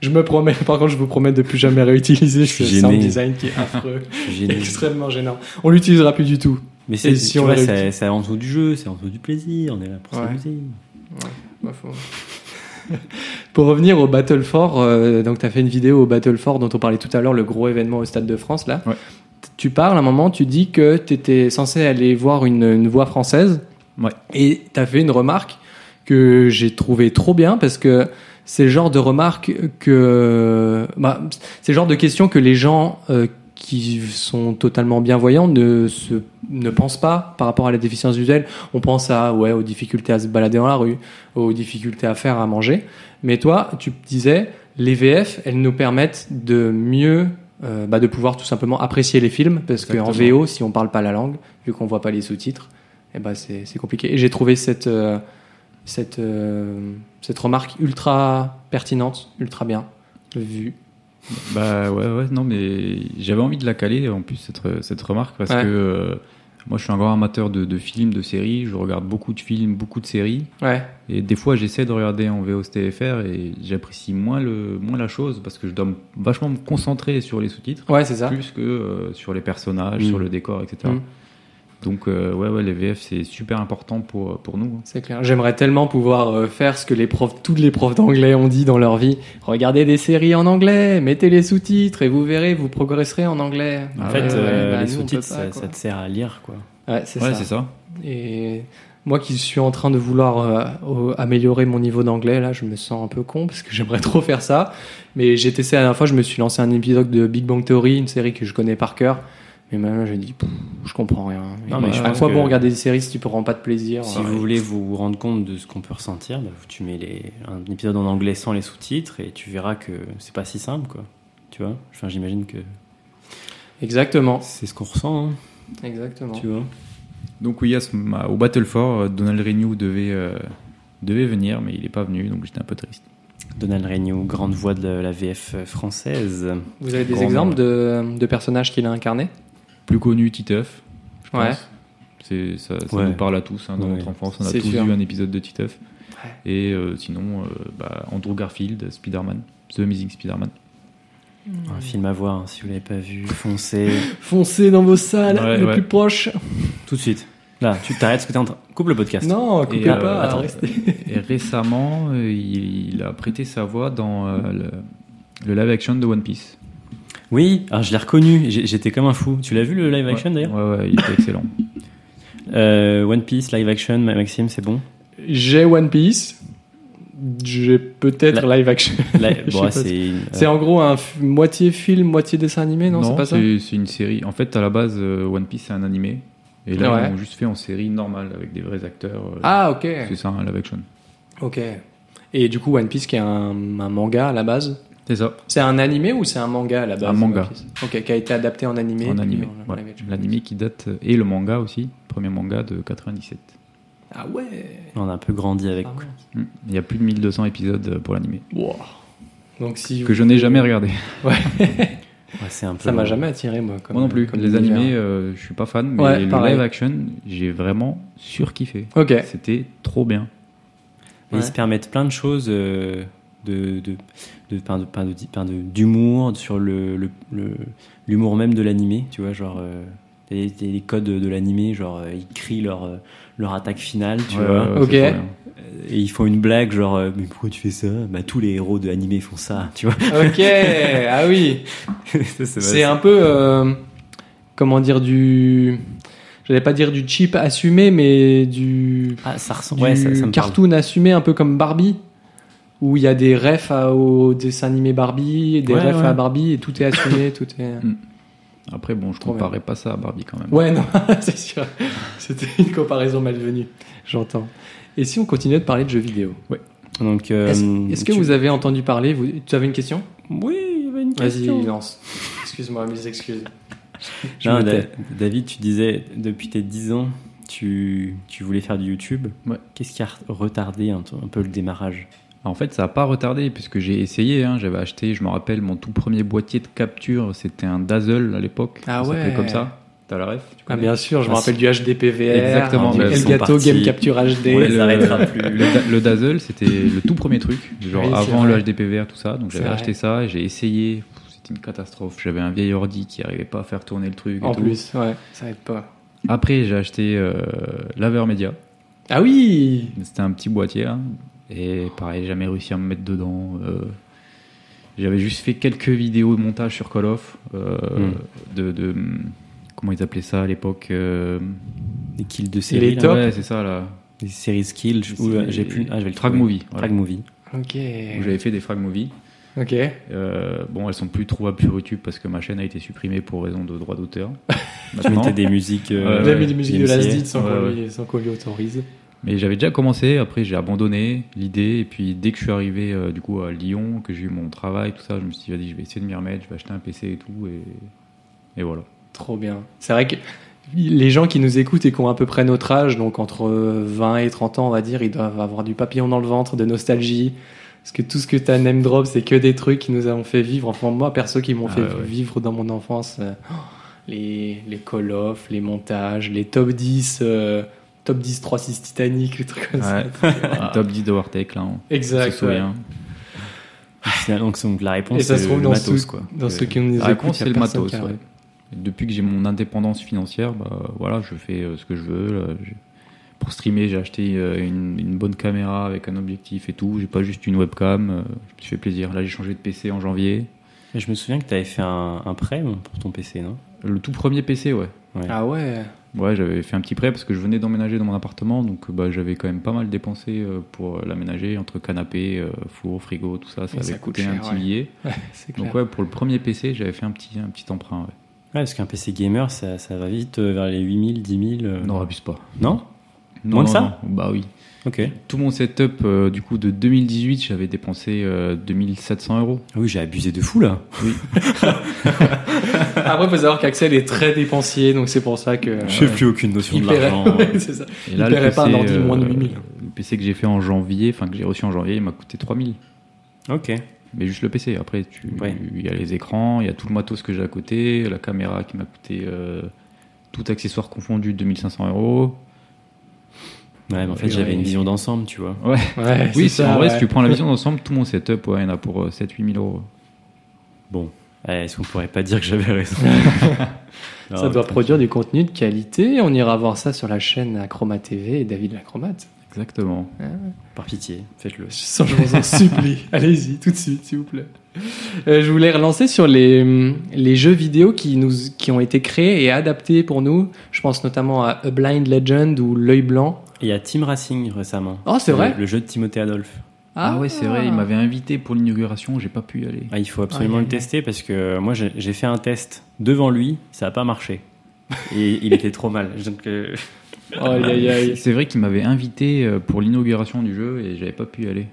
[SPEAKER 2] Je me promets, par contre, je vous promets de plus jamais réutiliser ce
[SPEAKER 1] Je suis
[SPEAKER 2] sound
[SPEAKER 1] gêné.
[SPEAKER 2] design qui est affreux,
[SPEAKER 1] J'ai dit-
[SPEAKER 2] extrêmement gênant. On l'utilisera plus du tout.
[SPEAKER 1] Mais c'est
[SPEAKER 2] Et si
[SPEAKER 1] tu
[SPEAKER 2] on
[SPEAKER 1] vois,
[SPEAKER 2] l'avait
[SPEAKER 1] c'est c'est en dessous du jeu, c'est en dessous du plaisir, on est là pour
[SPEAKER 2] Ouais.
[SPEAKER 1] s'amuser.
[SPEAKER 2] Bah, faut- Pour revenir au Battle 4, euh, donc tu as fait une vidéo au Battle 4 dont on parlait tout à l'heure, le gros événement au Stade de France, là.
[SPEAKER 3] Ouais.
[SPEAKER 2] T- Tu parles à un moment, tu dis que tu étais censé aller voir une, une voix française.
[SPEAKER 3] Ouais.
[SPEAKER 2] Et tu as fait une remarque que j'ai trouvé trop bien parce que c'est le genre de remarque que. Bah, c'est le genre de question que les gens. euh, qui sont totalement bienvoyants ne, se, ne pensent pas par rapport à la déficience visuelle. On pense à, ouais, aux difficultés à se balader dans la rue, aux difficultés à faire à manger. Mais toi, tu disais, les VF, elles nous permettent de mieux, euh, bah, de pouvoir tout simplement apprécier les films, parce qu'en
[SPEAKER 3] Exactement.
[SPEAKER 2] VO, si on parle pas la langue, vu qu'on voit pas les sous-titres, eh ben c'est c'est compliqué. Et j'ai trouvé cette, euh, cette, euh, cette remarque ultra pertinente, ultra bien vue.
[SPEAKER 3] Bah ouais, ouais, non, mais j'avais envie de la caler en plus, cette, cette remarque, parce
[SPEAKER 2] Ouais.
[SPEAKER 3] que euh, moi je suis un grand amateur de, de films, de séries, je regarde beaucoup de films, beaucoup de séries,
[SPEAKER 2] Ouais,
[SPEAKER 3] et des fois j'essaie de regarder en VOSTFR et j'apprécie moins, le, moins la chose parce que je dois m- vachement me concentrer sur les sous-titres
[SPEAKER 2] ouais c'est ça.
[SPEAKER 3] plus que euh, sur les personnages,
[SPEAKER 1] Mm.
[SPEAKER 3] sur le décor, etc.
[SPEAKER 2] Ah. Mm.
[SPEAKER 3] Donc euh, ouais, ouais, les VF c'est super important pour, euh, pour nous. hein.
[SPEAKER 2] C'est clair. J'aimerais tellement pouvoir euh, faire ce que les profs, toutes les profs d'anglais ont dit dans leur vie. Regardez des séries en anglais, mettez les sous-titres et vous verrez, vous progresserez en anglais.
[SPEAKER 1] En
[SPEAKER 3] Ah
[SPEAKER 1] fait,
[SPEAKER 3] ouais, ouais,
[SPEAKER 1] euh,
[SPEAKER 2] bah,
[SPEAKER 1] les
[SPEAKER 2] nous, on peut
[SPEAKER 1] sous-titres,
[SPEAKER 2] pas,
[SPEAKER 1] ça,
[SPEAKER 2] quoi.
[SPEAKER 1] ça te sert à lire, quoi.
[SPEAKER 2] Ouais, c'est ça.
[SPEAKER 3] Ouais, c'est ça.
[SPEAKER 2] Et moi qui suis en train de vouloir euh, au- améliorer mon niveau d'anglais, là, je me sens un peu con parce que j'aimerais trop faire ça. Mais j'ai testé la dernière fois, je me suis lancé un épisode de Big Bang Theory, une série que je connais par cœur. Mais maintenant, je me dis, pff, je comprends rien.
[SPEAKER 1] Non, mais
[SPEAKER 2] Et
[SPEAKER 1] je
[SPEAKER 2] à
[SPEAKER 1] pense
[SPEAKER 2] quoi
[SPEAKER 1] que-
[SPEAKER 2] bon regarder des séries si tu ne prends pas de plaisir
[SPEAKER 1] Si
[SPEAKER 2] euh,
[SPEAKER 1] vous voulez vous rendre compte de ce qu'on peut ressentir, bah, tu mets les- un épisode en anglais sans les sous-titres et tu verras que c'est pas si simple, quoi. Tu vois Enfin, j'imagine que
[SPEAKER 2] Exactement.
[SPEAKER 1] c'est ce qu'on ressent, hein,
[SPEAKER 2] Exactement.
[SPEAKER 1] tu vois.
[SPEAKER 3] Donc oui, à ce- ma- au Battle 4, euh, Donald Renew devait, euh, devait venir, mais il n'est pas venu, donc j'étais un peu triste.
[SPEAKER 1] Donald Reignoux, grande voix de la VF française.
[SPEAKER 2] Vous avez des
[SPEAKER 3] Grand
[SPEAKER 2] exemples
[SPEAKER 3] monde.
[SPEAKER 2] de, de personnages qu'il a incarnés
[SPEAKER 3] plus connu Titeuf, je pense.
[SPEAKER 2] Ouais.
[SPEAKER 3] C'est, ça ça
[SPEAKER 1] Ouais.
[SPEAKER 3] nous parle à tous. hein, dans
[SPEAKER 1] Ouais.
[SPEAKER 3] notre enfance, on a
[SPEAKER 2] C'est
[SPEAKER 3] tous
[SPEAKER 2] sûr.
[SPEAKER 3] vu un épisode de Titeuf.
[SPEAKER 2] Ouais.
[SPEAKER 3] Et euh, sinon, euh, bah, Andrew Garfield, Spider-Man, The Amazing Spider-Man.
[SPEAKER 1] Un film à voir, hein, si vous l'avez pas vu, foncez.
[SPEAKER 2] Foncez dans vos salles,
[SPEAKER 3] Ouais,
[SPEAKER 2] le
[SPEAKER 3] ouais.
[SPEAKER 2] plus proche.
[SPEAKER 1] Tout de suite. Là, tu t'arrêtes ce que t'es en train. Coupe le podcast.
[SPEAKER 2] Non, coupez
[SPEAKER 3] Et, euh,
[SPEAKER 2] pas.
[SPEAKER 3] attends.
[SPEAKER 2] restez.
[SPEAKER 3] Et récemment, euh, il, il a prêté sa voix dans euh, le, le live action de One Piece.
[SPEAKER 1] Oui, alors je l'ai reconnu. J'ai- J'étais comme un fou. Tu l'as vu le live action
[SPEAKER 3] Ouais.
[SPEAKER 1] d'ailleurs
[SPEAKER 3] Ouais, ouais, il était excellent.
[SPEAKER 1] Euh, One Piece, live action, Ma- Maxime, c'est bon
[SPEAKER 2] J'ai One Piece. J'ai peut-être live action.
[SPEAKER 1] Là,
[SPEAKER 2] Je sais
[SPEAKER 1] bon,
[SPEAKER 2] pas
[SPEAKER 1] c'est.
[SPEAKER 2] C'est en gros un f- moitié film, moitié dessin animé, non, C'est pas ça
[SPEAKER 3] c'est, c'est une série. En fait, à la base, euh, One Piece, c'est un animé. Et là,
[SPEAKER 2] Ah Ouais.
[SPEAKER 3] ils l'ont juste fait en série normale avec des vrais acteurs. euh,
[SPEAKER 2] Ah, ok.
[SPEAKER 3] C'est ça, un live action.
[SPEAKER 2] Ok. Et du coup, One Piece qui est un, un manga à la base.
[SPEAKER 3] C'est ça.
[SPEAKER 2] C'est un animé ou c'est un manga à la base
[SPEAKER 3] Un manga.
[SPEAKER 2] One Piece Ok, qui a été adapté en animé.
[SPEAKER 3] en
[SPEAKER 2] puis
[SPEAKER 3] animé.
[SPEAKER 2] en
[SPEAKER 3] voilà.
[SPEAKER 2] live action.
[SPEAKER 3] L'animé qui date, euh, et le manga aussi, premier manga de 97.
[SPEAKER 2] Ah ouais.
[SPEAKER 1] On a un peu grandi avec.
[SPEAKER 2] Ah ouais.
[SPEAKER 3] Hmm. Il y a plus de 1200 épisodes euh, pour l'animé,
[SPEAKER 2] Wow. Donc si
[SPEAKER 3] que je n'ai jamais regardé.
[SPEAKER 1] Ouais, c'est un peu.
[SPEAKER 2] Ça m'a jamais attiré, moi. Comme,
[SPEAKER 3] Moi non plus,
[SPEAKER 2] Comme
[SPEAKER 3] les
[SPEAKER 2] univers.
[SPEAKER 3] animés, euh, je suis pas fan, mais
[SPEAKER 2] Ouais,
[SPEAKER 3] le
[SPEAKER 2] pareil.
[SPEAKER 3] live action, j'ai vraiment surkiffé.
[SPEAKER 1] euh.
[SPEAKER 2] Ok.
[SPEAKER 3] C'était trop bien.
[SPEAKER 1] Ils se permettent plein de choses. euh, de de de enfin, de- enfin, de- enfin, de- d'humour sur le le- le- l'humour même de l'animé tu vois genre euh, les, les codes de, de l'animé genre euh, ils crient leur euh, leur attaque finale tu
[SPEAKER 3] Ouais,
[SPEAKER 1] vois
[SPEAKER 3] ouais, ouais,
[SPEAKER 2] Ok.
[SPEAKER 3] c'est trop bien.
[SPEAKER 1] Et ils font une blague genre euh, mais pourquoi tu fais ça Bah tous les héros de animé font ça, tu vois.
[SPEAKER 2] Ok. ah oui.
[SPEAKER 1] Ça, c'est
[SPEAKER 2] C'est
[SPEAKER 1] vrai.
[SPEAKER 2] un peu. euh, comment dire du. J'allais pas dire du cheap assumé, mais du.
[SPEAKER 1] ah ça ressemble
[SPEAKER 2] du
[SPEAKER 1] ouais ça, ça me parle.
[SPEAKER 2] cartoon assumé, un peu comme Barbie. Où il y a des refs à- au dessin animé Barbie, des
[SPEAKER 1] Ouais,
[SPEAKER 2] refs
[SPEAKER 1] ouais.
[SPEAKER 2] à Barbie, et tout est assumé, tout est.
[SPEAKER 3] Après, bon, je
[SPEAKER 2] Trop bien.
[SPEAKER 3] comparais pas ça à Barbie quand même.
[SPEAKER 2] Ouais, non, c'est sûr. C'était une comparaison malvenue, j'entends. Et si on continuait de parler de jeux vidéo
[SPEAKER 1] Donc euh,
[SPEAKER 2] Est-ce est-ce que
[SPEAKER 1] tu-
[SPEAKER 2] vous avez entendu parler vous, Tu avais une question
[SPEAKER 1] Oui, il y avait une
[SPEAKER 2] Vas-y,
[SPEAKER 1] question.
[SPEAKER 2] lance. Excuse-moi, mes excuses. Je
[SPEAKER 1] Non,
[SPEAKER 2] me
[SPEAKER 1] Da-
[SPEAKER 2] tais.
[SPEAKER 1] David, tu disais depuis tes 10 ans, tu, tu voulais faire du YouTube.
[SPEAKER 3] Ouais.
[SPEAKER 1] Qu'est-ce qui a retardé un, t- un peu le démarrage
[SPEAKER 3] En fait, ça n'a pas retardé puisque j'ai essayé. hein. J'avais acheté, je me rappelle, mon tout premier boîtier de capture. C'était un Dazzle à l'époque.
[SPEAKER 2] Ah
[SPEAKER 3] Ça s'appelait
[SPEAKER 2] ouais.
[SPEAKER 3] comme ça. T'as la ref tu
[SPEAKER 2] Ah,
[SPEAKER 3] connais
[SPEAKER 2] bien sûr, je me
[SPEAKER 1] Ah,
[SPEAKER 2] rappelle du HDPVR,
[SPEAKER 3] Exactement,
[SPEAKER 2] du
[SPEAKER 3] mais elles sont
[SPEAKER 2] Elgato
[SPEAKER 1] parties.
[SPEAKER 2] Game Capture HD.
[SPEAKER 1] On
[SPEAKER 3] Ouais,
[SPEAKER 1] les
[SPEAKER 3] le-
[SPEAKER 1] arrêtera plus.
[SPEAKER 3] Le, da- le Dazzle, c'était le tout premier truc, genre
[SPEAKER 2] Oui, c'est
[SPEAKER 3] avant
[SPEAKER 2] vrai.
[SPEAKER 3] le HDPVR, tout ça. Donc
[SPEAKER 2] C'est
[SPEAKER 3] j'avais
[SPEAKER 2] vrai.
[SPEAKER 3] acheté ça, j'ai essayé. Pff, C'était une catastrophe. J'avais un vieil ordi qui n'arrivait pas à faire tourner le truc. et
[SPEAKER 2] En
[SPEAKER 3] tout.
[SPEAKER 2] plus, ouais, ça aide pas.
[SPEAKER 3] Après, j'ai acheté euh, Laver Media.
[SPEAKER 2] Ah oui
[SPEAKER 3] C'était un petit boîtier là. Et pareil, jamais réussi à me mettre dedans. euh, J'avais juste fait quelques vidéos de montage sur Call of. euh, de, de- Comment ils appelaient ça à l'époque euh,
[SPEAKER 1] Des kills de
[SPEAKER 2] Les
[SPEAKER 1] séries, là.
[SPEAKER 2] top.
[SPEAKER 3] Ouais, c'est ça là.
[SPEAKER 1] des séries skills. je- ou, euh, j'ai plus. Ah, je vais le
[SPEAKER 3] Frag
[SPEAKER 1] trouver.
[SPEAKER 3] Movie. voilà.
[SPEAKER 1] Frag movie.
[SPEAKER 2] Ok.
[SPEAKER 3] Où J'avais fait des Frag Movie.
[SPEAKER 2] Ok.
[SPEAKER 3] Euh, bon, elles sont plus trouvables sur YouTube parce que ma chaîne a été supprimée pour raison de droit d'auteur.
[SPEAKER 1] Tu
[SPEAKER 3] Maintenant.
[SPEAKER 1] mettais des musiques. euh,
[SPEAKER 3] Ouais,
[SPEAKER 2] J'ai
[SPEAKER 3] ouais.
[SPEAKER 2] mis des musiques de
[SPEAKER 1] DMCA.
[SPEAKER 2] Last Did sans
[SPEAKER 3] Ouais,
[SPEAKER 2] qu'on lui- sans qu'on lui autorise.
[SPEAKER 3] Mais j'avais déjà commencé, après j'ai abandonné l'idée, et puis dès que je suis arrivé euh, du coup à Lyon, que j'ai eu mon travail, tout ça, je me suis dit, vas-y, je vais essayer de m'y remettre, je vais acheter un PC et tout, et, et voilà.
[SPEAKER 2] Trop bien. C'est vrai que les gens qui nous écoutent et qui ont à peu près notre âge, donc entre 20 et 30 ans, on va dire, ils doivent avoir du papillon dans le ventre, de nostalgie. Parce que tout ce que tu as name drop, c'est que des trucs qui nous ont fait vivre. Enfin, moi, perso, qui m'ont
[SPEAKER 3] Ah
[SPEAKER 2] fait
[SPEAKER 3] ouais, ouais.
[SPEAKER 2] vivre dans mon enfance. euh, oh, les, les call off, les montages, les top 10, euh, top 10 3-6 Titanic, les trucs comme ça.
[SPEAKER 3] Ouais. Top 10 de Wartech, là, on se
[SPEAKER 2] Exact. ouais.
[SPEAKER 3] souvient.
[SPEAKER 1] C'est- Donc, donc la réponse,
[SPEAKER 2] Et ça se
[SPEAKER 1] c'est
[SPEAKER 2] trouve
[SPEAKER 1] le
[SPEAKER 2] dans
[SPEAKER 1] matos,
[SPEAKER 2] ce-
[SPEAKER 1] quoi.
[SPEAKER 2] Dans
[SPEAKER 3] Euh,
[SPEAKER 2] ceux qui nous
[SPEAKER 3] La réponse,
[SPEAKER 2] écoutent,
[SPEAKER 3] c'est le matos. ouais. Depuis que j'ai mon indépendance financière, bah, voilà, je fais euh, ce que je veux. là, j'ai- Pour streamer, j'ai acheté euh, une, une bonne caméra avec un objectif et tout. J'ai pas juste une webcam. euh, je me suis fait plaisir. Là, j'ai changé de PC en janvier.
[SPEAKER 1] Mais je me souviens que tu avais fait un, un prêt bon, pour ton PC, non
[SPEAKER 3] Le tout premier PC, ouais.
[SPEAKER 2] Ah ouais.
[SPEAKER 3] Ouais, j'avais fait un petit prêt parce que je venais d'emménager dans mon appartement, donc euh, bah, j'avais quand même pas mal dépensé euh, pour euh, l'aménager entre canapé, euh, four, frigo, tout ça. Ça
[SPEAKER 2] Et
[SPEAKER 3] avait
[SPEAKER 2] ça coûte
[SPEAKER 3] coûté un
[SPEAKER 2] cher,
[SPEAKER 3] petit
[SPEAKER 2] ouais.
[SPEAKER 3] billet.
[SPEAKER 2] C'est clair.
[SPEAKER 3] Donc ouais, pour le premier PC, j'avais fait un petit, un petit emprunt. ouais.
[SPEAKER 1] Ouais, parce qu'un PC gamer, ça, ça va vite euh, vers les 8000, 10 000. euh,
[SPEAKER 3] Non, abuse pas.
[SPEAKER 1] Non
[SPEAKER 3] Non,
[SPEAKER 1] Moins que
[SPEAKER 3] non,
[SPEAKER 1] ça
[SPEAKER 3] non. Bah oui.
[SPEAKER 1] Ok.
[SPEAKER 3] Tout mon setup euh, du coup de 2018, j'avais dépensé euh, 2700 euros.
[SPEAKER 1] Ah oui, j'ai abusé de fou, là.
[SPEAKER 2] Après, faut savoir qu'Axel est très dépensier, donc c'est pour ça que.
[SPEAKER 1] Je n'ai plus aucune notion
[SPEAKER 2] Il
[SPEAKER 1] de
[SPEAKER 2] paierait-
[SPEAKER 1] l'argent. euh.
[SPEAKER 2] Ouais, c'est ça.
[SPEAKER 3] Et
[SPEAKER 2] Il paierait pas un ordi
[SPEAKER 3] euh,
[SPEAKER 2] moins de 8000.
[SPEAKER 3] Le PC que j'ai fait en janvier, enfin que j'ai reçu en janvier, il m'a coûté 3000.
[SPEAKER 1] ok.
[SPEAKER 3] Mais juste le PC. Après, tu- il
[SPEAKER 1] Ouais.
[SPEAKER 3] y a les écrans, il y a tout le matos que j'ai à côté, la caméra qui m'a coûté euh, tout accessoire confondu 2500 euros.
[SPEAKER 1] Ouais, mais en fait,
[SPEAKER 2] Ouais,
[SPEAKER 1] j'avais une
[SPEAKER 2] ouais.
[SPEAKER 1] vision d'ensemble, tu vois.
[SPEAKER 3] Ouais.
[SPEAKER 2] Ouais,
[SPEAKER 3] oui,
[SPEAKER 2] c'est
[SPEAKER 3] c'est- en
[SPEAKER 2] ça,
[SPEAKER 3] vrai,
[SPEAKER 2] ouais.
[SPEAKER 3] si tu prends la vision d'ensemble, tout mon setup, ouais, il y en a pour euh, 7-8000 euros.
[SPEAKER 1] Bon. Ouais, Eh, Est-ce qu'on pourrait pas dire que j'avais raison
[SPEAKER 3] Ah,
[SPEAKER 1] Non,
[SPEAKER 2] Ça
[SPEAKER 1] mais-
[SPEAKER 2] doit produire du contenu de qualité. On ira voir ça sur la chaîne Acroma TV et David l'Acromate.
[SPEAKER 3] Exactement.
[SPEAKER 1] Par pitié, faites-le.
[SPEAKER 2] Je sens- je vous en supplie. Allez-y, tout de suite, s'il vous plaît. Euh, je voulais relancer sur les, hum, les jeux vidéo qui, nous, qui ont été créés et adaptés pour nous. Je pense notamment à A Blind Legend ou L'œil blanc.
[SPEAKER 1] Il y a Team Racing récemment.
[SPEAKER 2] Oh, c'est
[SPEAKER 1] Le-
[SPEAKER 2] vrai
[SPEAKER 1] Le jeu de Timothée Adolphe.
[SPEAKER 3] Ah, ouais, c'est vrai, il m'avait invité pour l'inauguration, j'ai pas pu y aller.
[SPEAKER 1] Ah, il faut absolument
[SPEAKER 2] Ah,
[SPEAKER 1] le tester parce que euh, moi j'ai j'ai fait un test devant lui, ça n'a pas marché. Et il était trop mal. Donc, euh,
[SPEAKER 2] Aïe, aïe, aïe.
[SPEAKER 3] C'est vrai qu'il m'avait invité euh, pour l'inauguration du jeu et j'avais pas pu y aller.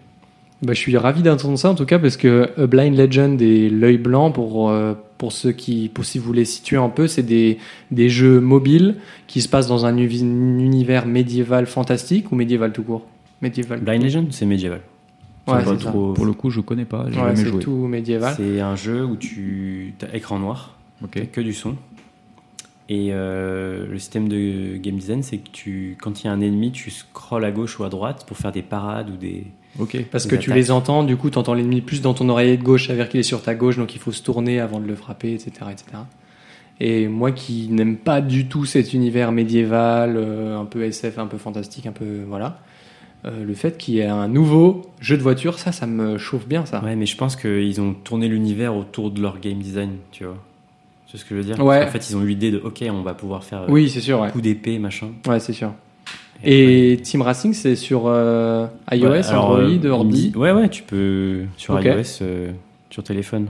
[SPEAKER 2] Bah, je suis ravi d'entendre ça en tout cas parce que A Blind Legend et L'œil blanc pour euh, pour ceux qui pour si vous les situez un peu, c'est des des jeux mobiles qui se passent dans un uvi- univers médiéval fantastique ou médiéval tout court. Médiéval.
[SPEAKER 1] Blind Legend, c'est médiéval.
[SPEAKER 2] Ouais,
[SPEAKER 1] C'est pas
[SPEAKER 2] c'est ça.
[SPEAKER 1] trop-
[SPEAKER 3] Pour le coup, je connais pas, j'ai
[SPEAKER 2] Ouais,
[SPEAKER 3] jamais
[SPEAKER 2] c'est
[SPEAKER 3] joué.
[SPEAKER 2] tout médiéval.
[SPEAKER 1] C'est un jeu où tu as écran noir,
[SPEAKER 3] Ok.
[SPEAKER 1] t'as que du son. Et euh, le système de game design, c'est que tu, quand il y a un ennemi, tu scrolls à gauche ou à droite pour faire des parades ou des.
[SPEAKER 3] Ok.
[SPEAKER 2] Parce
[SPEAKER 1] les
[SPEAKER 2] que tu
[SPEAKER 1] attaques.
[SPEAKER 2] les entends, du coup, tu entends l'ennemi plus dans ton oreiller de gauche, ça veut dire qu'il est sur ta gauche, donc il faut se tourner avant de le frapper, etc. etc. Et moi qui n'aime pas du tout cet univers médiéval, euh, un peu SF, un peu fantastique, un peu. Voilà. euh, le fait qu'il y ait un nouveau jeu de voiture, ça, ça me chauffe bien, ça.
[SPEAKER 1] Ouais, mais je pense qu'ils ont tourné l'univers autour de leur game design, tu vois. C'est ce que je veux dire.
[SPEAKER 2] Ouais.
[SPEAKER 1] En fait, ils ont eu l'idée de OK, on va pouvoir faire euh,
[SPEAKER 2] Oui, c'est sûr, ouais.
[SPEAKER 1] coup d'épée, machin.
[SPEAKER 2] Ouais, c'est sûr.
[SPEAKER 1] après-
[SPEAKER 2] Et Team Racing, c'est sur euh, iOS,
[SPEAKER 1] Ouais, alors,
[SPEAKER 2] Android,
[SPEAKER 1] euh, il me
[SPEAKER 2] ordi.
[SPEAKER 1] dit- Ouais, ouais, tu peux sur
[SPEAKER 2] Ok.
[SPEAKER 1] iOS, euh, sur téléphone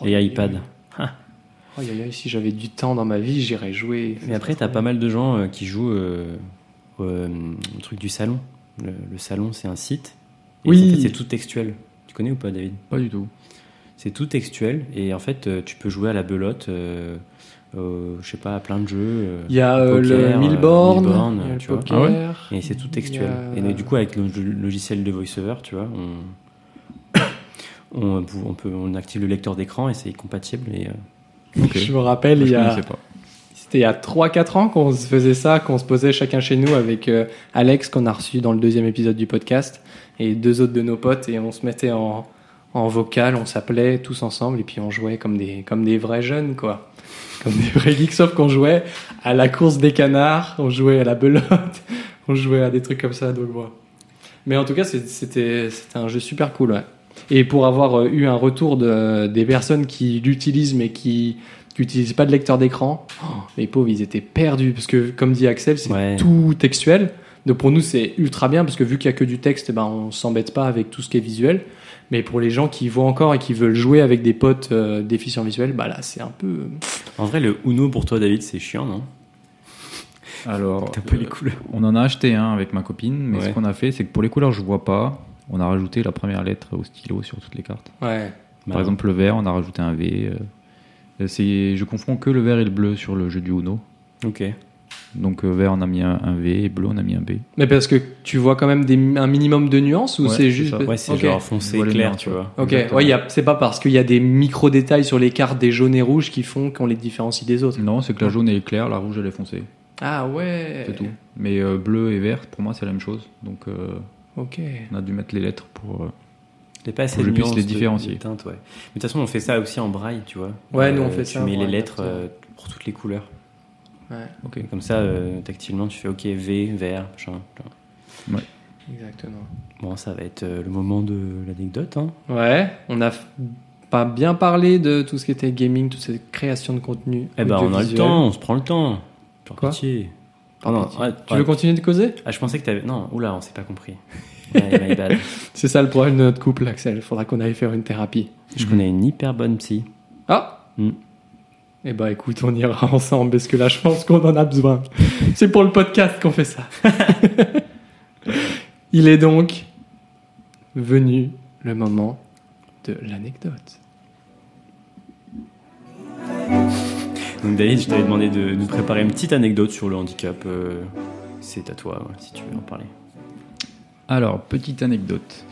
[SPEAKER 2] Oh,
[SPEAKER 1] et iPad.
[SPEAKER 2] aïe, aïe, aïe, si j'avais du temps dans ma vie, j'irais jouer.
[SPEAKER 1] Mais après, t'as pas mal de gens euh, qui jouent euh, au, euh, au truc du salon. Le, le salon, c'est un site. Et
[SPEAKER 2] Oui.
[SPEAKER 1] en fait, c'est tout textuel. Tu connais ou pas, David
[SPEAKER 3] Pas du tout.
[SPEAKER 1] C'est tout textuel et en fait, euh, tu peux jouer à la belote. euh, euh, je sais pas, à plein de jeux. euh,
[SPEAKER 2] Il y a euh,
[SPEAKER 1] Poker,
[SPEAKER 2] le
[SPEAKER 1] euh,
[SPEAKER 2] mille bornes,
[SPEAKER 1] mille bornes,
[SPEAKER 2] il y a le
[SPEAKER 1] tu vois.
[SPEAKER 2] poker.
[SPEAKER 3] Ah
[SPEAKER 1] Et c'est tout textuel.
[SPEAKER 2] Il y a-
[SPEAKER 1] Et donc, du coup, avec le le logiciel de VoiceOver, tu vois, on, on, peut- on peut, on active le lecteur d'écran et c'est compatible. Et, euh,
[SPEAKER 3] Ok.
[SPEAKER 2] Je me rappelle, il y
[SPEAKER 3] je
[SPEAKER 2] a,
[SPEAKER 3] connaissais pas.
[SPEAKER 2] c'était il y a 3-4 ans qu'on se faisait ça, qu'on se posait chacun chez nous avec euh, Alex, qu'on a reçu dans le deuxième épisode du podcast, et deux autres de nos potes, et on se mettait en, en vocal, on s'appelait tous ensemble, et puis on jouait comme des, comme des vrais jeunes, quoi. Comme des vrais geeks, sauf qu'on jouait à la course des canards, on jouait à la belote, on jouait à des trucs comme ça, donc voilà. Mais en tout cas, c'est- c'était c'était un jeu super cool, ouais. Et pour avoir euh, eu un retour de, des personnes qui l'utilisent, mais qui n'utilisent pas de lecteur d'écran, oh, les pauvres, ils étaient perdus. Parce que, comme dit Axel, c'est
[SPEAKER 1] ouais.
[SPEAKER 2] tout textuel. Donc pour nous, c'est ultra bien parce que vu qu'il n'y a que du texte, eh ben, on s'embête pas avec tout ce qui est visuel. Mais pour les gens qui voient encore et qui veulent jouer avec des potes euh, déficients visuels, bah là, c'est un peu.
[SPEAKER 1] En vrai, le Uno pour toi, David, c'est chiant, non
[SPEAKER 3] Alors,
[SPEAKER 1] T'as pas
[SPEAKER 3] euh,
[SPEAKER 1] les couleurs.
[SPEAKER 3] on en a acheté un avec ma copine, mais
[SPEAKER 1] Ouais.
[SPEAKER 3] ce qu'on a fait, c'est que pour les couleurs, je vois pas. On a rajouté la première lettre au stylo sur toutes les cartes.
[SPEAKER 2] Ouais.
[SPEAKER 3] Par exemple, le vert, on a rajouté un V. euh, c'est- je confonds que le vert et le bleu sur le jeu du Uno.
[SPEAKER 1] Ok.
[SPEAKER 3] Donc euh, vert, on a mis un, un V et bleu, on a mis un B.
[SPEAKER 2] Mais parce que tu vois quand même des, un minimum de nuances ou
[SPEAKER 3] Ouais,
[SPEAKER 2] c'est juste.
[SPEAKER 3] c'est ça.
[SPEAKER 1] Ouais, c'est
[SPEAKER 2] Ok.
[SPEAKER 1] genre foncé,
[SPEAKER 3] Voilà,
[SPEAKER 1] clair,
[SPEAKER 3] non,
[SPEAKER 1] tu vois.
[SPEAKER 2] Ok,
[SPEAKER 3] Exactement.
[SPEAKER 2] ouais, y a- c'est pas parce qu'il y a des micro-détails sur les cartes des jaunes et rouges qui font qu'on les différencie des autres.
[SPEAKER 3] Non, c'est que la jaune elle est claire, la rouge elle est foncée.
[SPEAKER 2] Ah ouais
[SPEAKER 3] C'est tout. Mais euh, bleu et vert, pour moi, c'est la même chose. Donc euh,
[SPEAKER 2] Ok.
[SPEAKER 3] on a dû mettre les lettres pour. euh,
[SPEAKER 1] J'ai pas assez
[SPEAKER 3] Faut que
[SPEAKER 1] de
[SPEAKER 3] je puisse
[SPEAKER 1] nuances
[SPEAKER 3] les
[SPEAKER 1] de-
[SPEAKER 3] différencier.
[SPEAKER 1] de teintes, ouais. Mais de toute façon, on fait ça aussi en braille, tu vois. Euh,
[SPEAKER 2] Ouais, nous, on fait ça en
[SPEAKER 1] Tu mets les
[SPEAKER 2] braille,
[SPEAKER 1] lettres
[SPEAKER 2] exactement.
[SPEAKER 1] euh, pour toutes les couleurs.
[SPEAKER 2] Ouais,
[SPEAKER 3] Ok.
[SPEAKER 1] Et comme ça, euh, tactilement, tu fais OK, V, vert, machin. machin.
[SPEAKER 2] exactement.
[SPEAKER 1] Bon, ça va être euh, le moment de l'anecdote. Hein.
[SPEAKER 2] Ouais, on n'a f- pas bien parlé de tout ce qui était gaming, toutes ces créations de contenu.
[SPEAKER 1] Eh ben, on a le
[SPEAKER 2] audiovisuel.
[SPEAKER 1] temps, on se prend le temps. Par
[SPEAKER 2] Quoi
[SPEAKER 1] pitié.
[SPEAKER 3] Oh
[SPEAKER 2] Par
[SPEAKER 1] Ah non,
[SPEAKER 2] pitié.
[SPEAKER 1] ouais,
[SPEAKER 2] Tu
[SPEAKER 1] ouais.
[SPEAKER 2] veux continuer de causer
[SPEAKER 1] Ah, je pensais que t'avais. Non, oula, on s'est pas compris. Ouais, my bad.
[SPEAKER 2] C'est ça le problème de notre couple, Axel. Faudra qu'on aille faire une thérapie.
[SPEAKER 1] Je connais une hyper bonne psy.
[SPEAKER 2] Ah
[SPEAKER 3] Hmm.
[SPEAKER 1] Mm.
[SPEAKER 2] Eh ben écoute, on ira ensemble parce que là je pense qu'on en a besoin. C'est pour le podcast qu'on fait ça. Il est donc venu le moment de l'anecdote.
[SPEAKER 1] Donc, David, je t'avais demandé de nous préparer une petite anecdote sur le handicap. euh, C'est à toi, ouais, si tu veux en parler.
[SPEAKER 3] Alors, petite anecdote.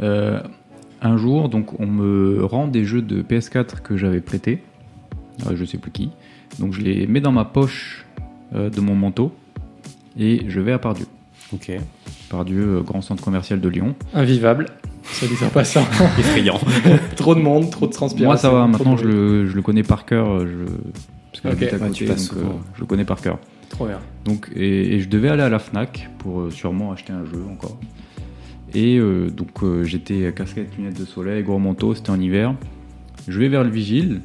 [SPEAKER 3] Euh, un jour, donc, on me rend des jeux de PS4 que j'avais prêtés. Euh, je sais plus qui. Donc, je les mets dans ma poche euh, de mon manteau et je vais à Pardieu.
[SPEAKER 1] Ok.
[SPEAKER 3] Pardieu, euh, grand centre commercial de Lyon.
[SPEAKER 2] Invivable. Ça dit en passant.
[SPEAKER 1] Effrayant.
[SPEAKER 2] trop de monde, trop de transpiration.
[SPEAKER 3] Moi, ça va.
[SPEAKER 2] trop de
[SPEAKER 3] Maintenant, je
[SPEAKER 2] bruit.
[SPEAKER 3] le, je le connais par cœur. euh, Je... Parce que
[SPEAKER 2] Ok.
[SPEAKER 3] j'habite à
[SPEAKER 1] Ouais,
[SPEAKER 3] côté,
[SPEAKER 1] tu passes
[SPEAKER 3] donc,
[SPEAKER 1] souvent.
[SPEAKER 3] euh, je le connais par cœur.
[SPEAKER 2] Trop bien.
[SPEAKER 3] Donc, et, et je devais aller à la Fnac pour euh, sûrement acheter un jeu encore. Et euh, donc euh, j'étais à casquette, lunettes de soleil, gros manteau, c'était en hiver. Je vais vers le vigile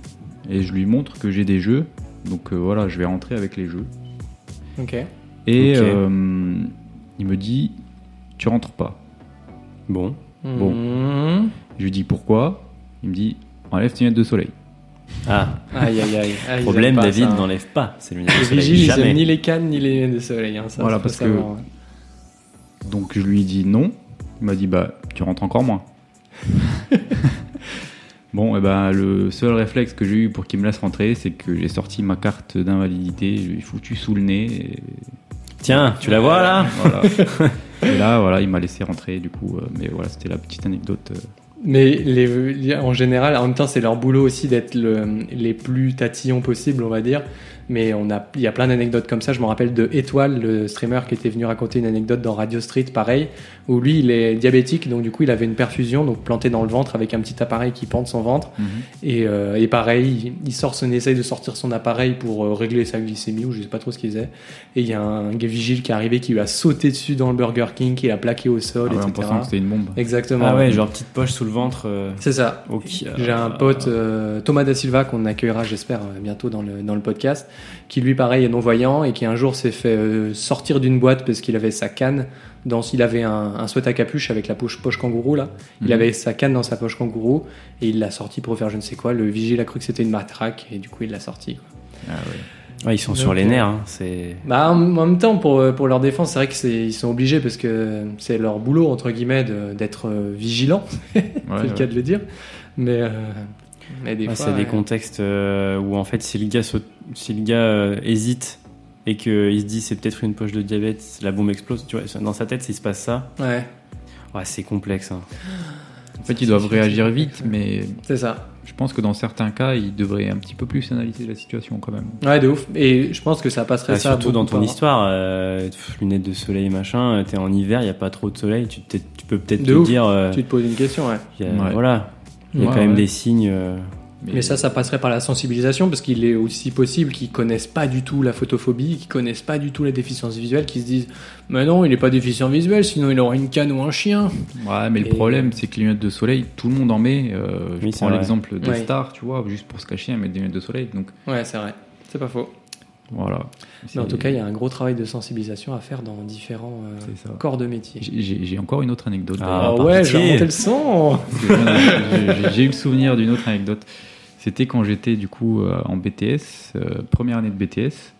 [SPEAKER 3] et je lui montre que j'ai des jeux. Donc euh, voilà, je vais rentrer avec les jeux.
[SPEAKER 2] Ok.
[SPEAKER 3] Et
[SPEAKER 1] Ok.
[SPEAKER 3] euh, il me dit, tu rentres pas.
[SPEAKER 1] Bon.
[SPEAKER 3] Bon.
[SPEAKER 2] Mmh.
[SPEAKER 3] Je lui dis pourquoi. Il me dit, enlève tes lunettes de soleil.
[SPEAKER 1] Ah,
[SPEAKER 2] Aïe aïe aille. Ah, ils
[SPEAKER 1] problème,
[SPEAKER 2] aiment pas
[SPEAKER 1] David
[SPEAKER 2] ça, hein.
[SPEAKER 1] n'enlève pas ses lunettes de
[SPEAKER 2] Les
[SPEAKER 1] soleil.
[SPEAKER 2] vigiles, ils
[SPEAKER 1] jamais.
[SPEAKER 2] aiment ni les cannes ni les lunettes de soleil. hein, ça,
[SPEAKER 3] Voilà,
[SPEAKER 2] faut
[SPEAKER 3] parce que-
[SPEAKER 2] savoir, hein.
[SPEAKER 3] Donc je lui dis non. Il m'a dit bah tu rentres encore moins. bon et ben le seul réflexe que j'ai eu pour qu'il me laisse rentrer, c'est que j'ai sorti ma carte d'invalidité, je l'ai foutu sous le nez. et
[SPEAKER 1] Tiens, tu la vois là
[SPEAKER 3] voilà. et là voilà, il m'a laissé rentrer du coup. euh, mais voilà, c'était la petite anecdote. euh.
[SPEAKER 2] Mais les, les- en général, en même temps, c'est leur boulot aussi d'être le- les plus tatillons possible, on va dire. Mais on a, il y a plein d'anecdotes comme ça. Je me rappelle de Étoile, le streamer qui était venu raconter une anecdote dans Radio Street, pareil, où lui, il est diabétique, donc du coup, il avait une perfusion, donc planté dans le ventre avec un petit appareil qui pend de son ventre. Et, euh, et pareil, il, il sort son, essaye de sortir son appareil pour euh, régler sa glycémie ou je sais pas trop ce qu'il faisait. Et il y a un gars vigile qui est arrivé qui lui a sauté dessus dans le Burger King, qui l'a plaqué au sol,
[SPEAKER 3] Ah ouais, en
[SPEAKER 2] etc.
[SPEAKER 3] pensant que c'était une bombe.
[SPEAKER 2] Exactement.
[SPEAKER 1] Ah ouais, genre petite poche sous le ventre. euh,
[SPEAKER 2] C'est ça.
[SPEAKER 1] ok.
[SPEAKER 2] J'ai un pote, euh, Thomas Da Silva, qu'on accueillera, j'espère, euh, bientôt dans le, dans le podcast, qui lui, pareil, est non-voyant et qui un jour s'est fait euh, sortir d'une boîte parce qu'il avait sa canne. Dans, il avait un, un sweat à capuche avec la poche, poche kangourou, là. Il
[SPEAKER 3] Mhm.
[SPEAKER 2] avait sa canne dans sa poche kangourou et il l'a sorti pour faire je ne sais quoi. Le vigile a cru que c'était une matraque et du coup, il l'a sorti. quoi.
[SPEAKER 3] Ah ouais.
[SPEAKER 1] Ouais, ils sont sur
[SPEAKER 2] Ok.
[SPEAKER 1] les nerfs. hein, C'est.
[SPEAKER 2] Bah, en, en même temps, pour, euh, pour leur défense, c'est vrai qu'ils sont obligés parce que c'est leur boulot, entre guillemets, de- d'être euh, vigilant,
[SPEAKER 3] Ouais,
[SPEAKER 2] c'est le cas
[SPEAKER 3] ouais.
[SPEAKER 2] de le dire. Mais, euh, mais des
[SPEAKER 1] Ouais,
[SPEAKER 2] fois.
[SPEAKER 1] c'est des
[SPEAKER 2] ouais.
[SPEAKER 1] contextes euh, où en fait, si le gars, saute- si le gars euh, hésite et qu'il se dit c'est peut-être une poche de diabète, la bombe explose. Tu vois, dans sa tête, s'il se passe ça,
[SPEAKER 2] Ouais,
[SPEAKER 1] ouais, c'est complexe. hein.
[SPEAKER 3] En fait, ils doivent réagir vite, mais
[SPEAKER 2] c'est ça.
[SPEAKER 3] je pense que dans certains cas, ils devraient un petit peu plus analyser la situation quand même.
[SPEAKER 2] Ouais, de ouf. Et je pense que ça passerait
[SPEAKER 1] Ah,
[SPEAKER 2] ça.
[SPEAKER 1] surtout dans
[SPEAKER 2] beaucoup
[SPEAKER 1] ton
[SPEAKER 2] par-
[SPEAKER 1] histoire, euh, pff, lunettes de soleil, machin. euh, T'es en hiver, il y a pas trop de soleil. Tu, t'es- tu peux peut-être
[SPEAKER 2] De
[SPEAKER 1] te
[SPEAKER 2] ouf.
[SPEAKER 1] dire, euh,
[SPEAKER 2] Tu te poses une question, ouais.
[SPEAKER 1] y a-
[SPEAKER 3] Ouais.
[SPEAKER 1] voilà, il y a
[SPEAKER 3] Ouais,
[SPEAKER 1] quand même
[SPEAKER 3] ouais.
[SPEAKER 1] des signes. euh,
[SPEAKER 2] Mais ça, ça passerait par la sensibilisation, parce qu'il est aussi possible qu'ils connaissent pas du tout la photophobie, qu'ils connaissent pas du tout la déficience visuelle, qu'ils se disent Mais non, il est pas déficient visuel, sinon il aurait une canne ou un chien.
[SPEAKER 3] Ouais, mais
[SPEAKER 2] Et-
[SPEAKER 3] le problème, c'est que les lunettes de soleil, tout le monde en met. Euh, je
[SPEAKER 1] Oui, c'est
[SPEAKER 3] prends
[SPEAKER 1] vrai.
[SPEAKER 3] l'exemple des
[SPEAKER 2] Ouais.
[SPEAKER 3] stars, tu vois, juste pour se cacher, elles mettent des lunettes de soleil. Donc
[SPEAKER 2] Ouais, c'est vrai. C'est pas faux.
[SPEAKER 3] voilà.
[SPEAKER 2] Mais en
[SPEAKER 3] C'est-
[SPEAKER 2] tout cas, il y a un gros travail de sensibilisation à faire dans différents euh,
[SPEAKER 3] C'est ça.
[SPEAKER 2] corps de métier.
[SPEAKER 3] J'ai- J'ai j'ai encore une autre anecdote.
[SPEAKER 1] Ah,
[SPEAKER 2] Ah,
[SPEAKER 1] par
[SPEAKER 2] ouais, j'ai
[SPEAKER 1] pitié.
[SPEAKER 2] remonté le son
[SPEAKER 3] parce que j'en ai- j'ai- J'ai eu le souvenir d'une autre anecdote. C'était quand j'étais du coup euh, en BTS, euh, première année de BTS,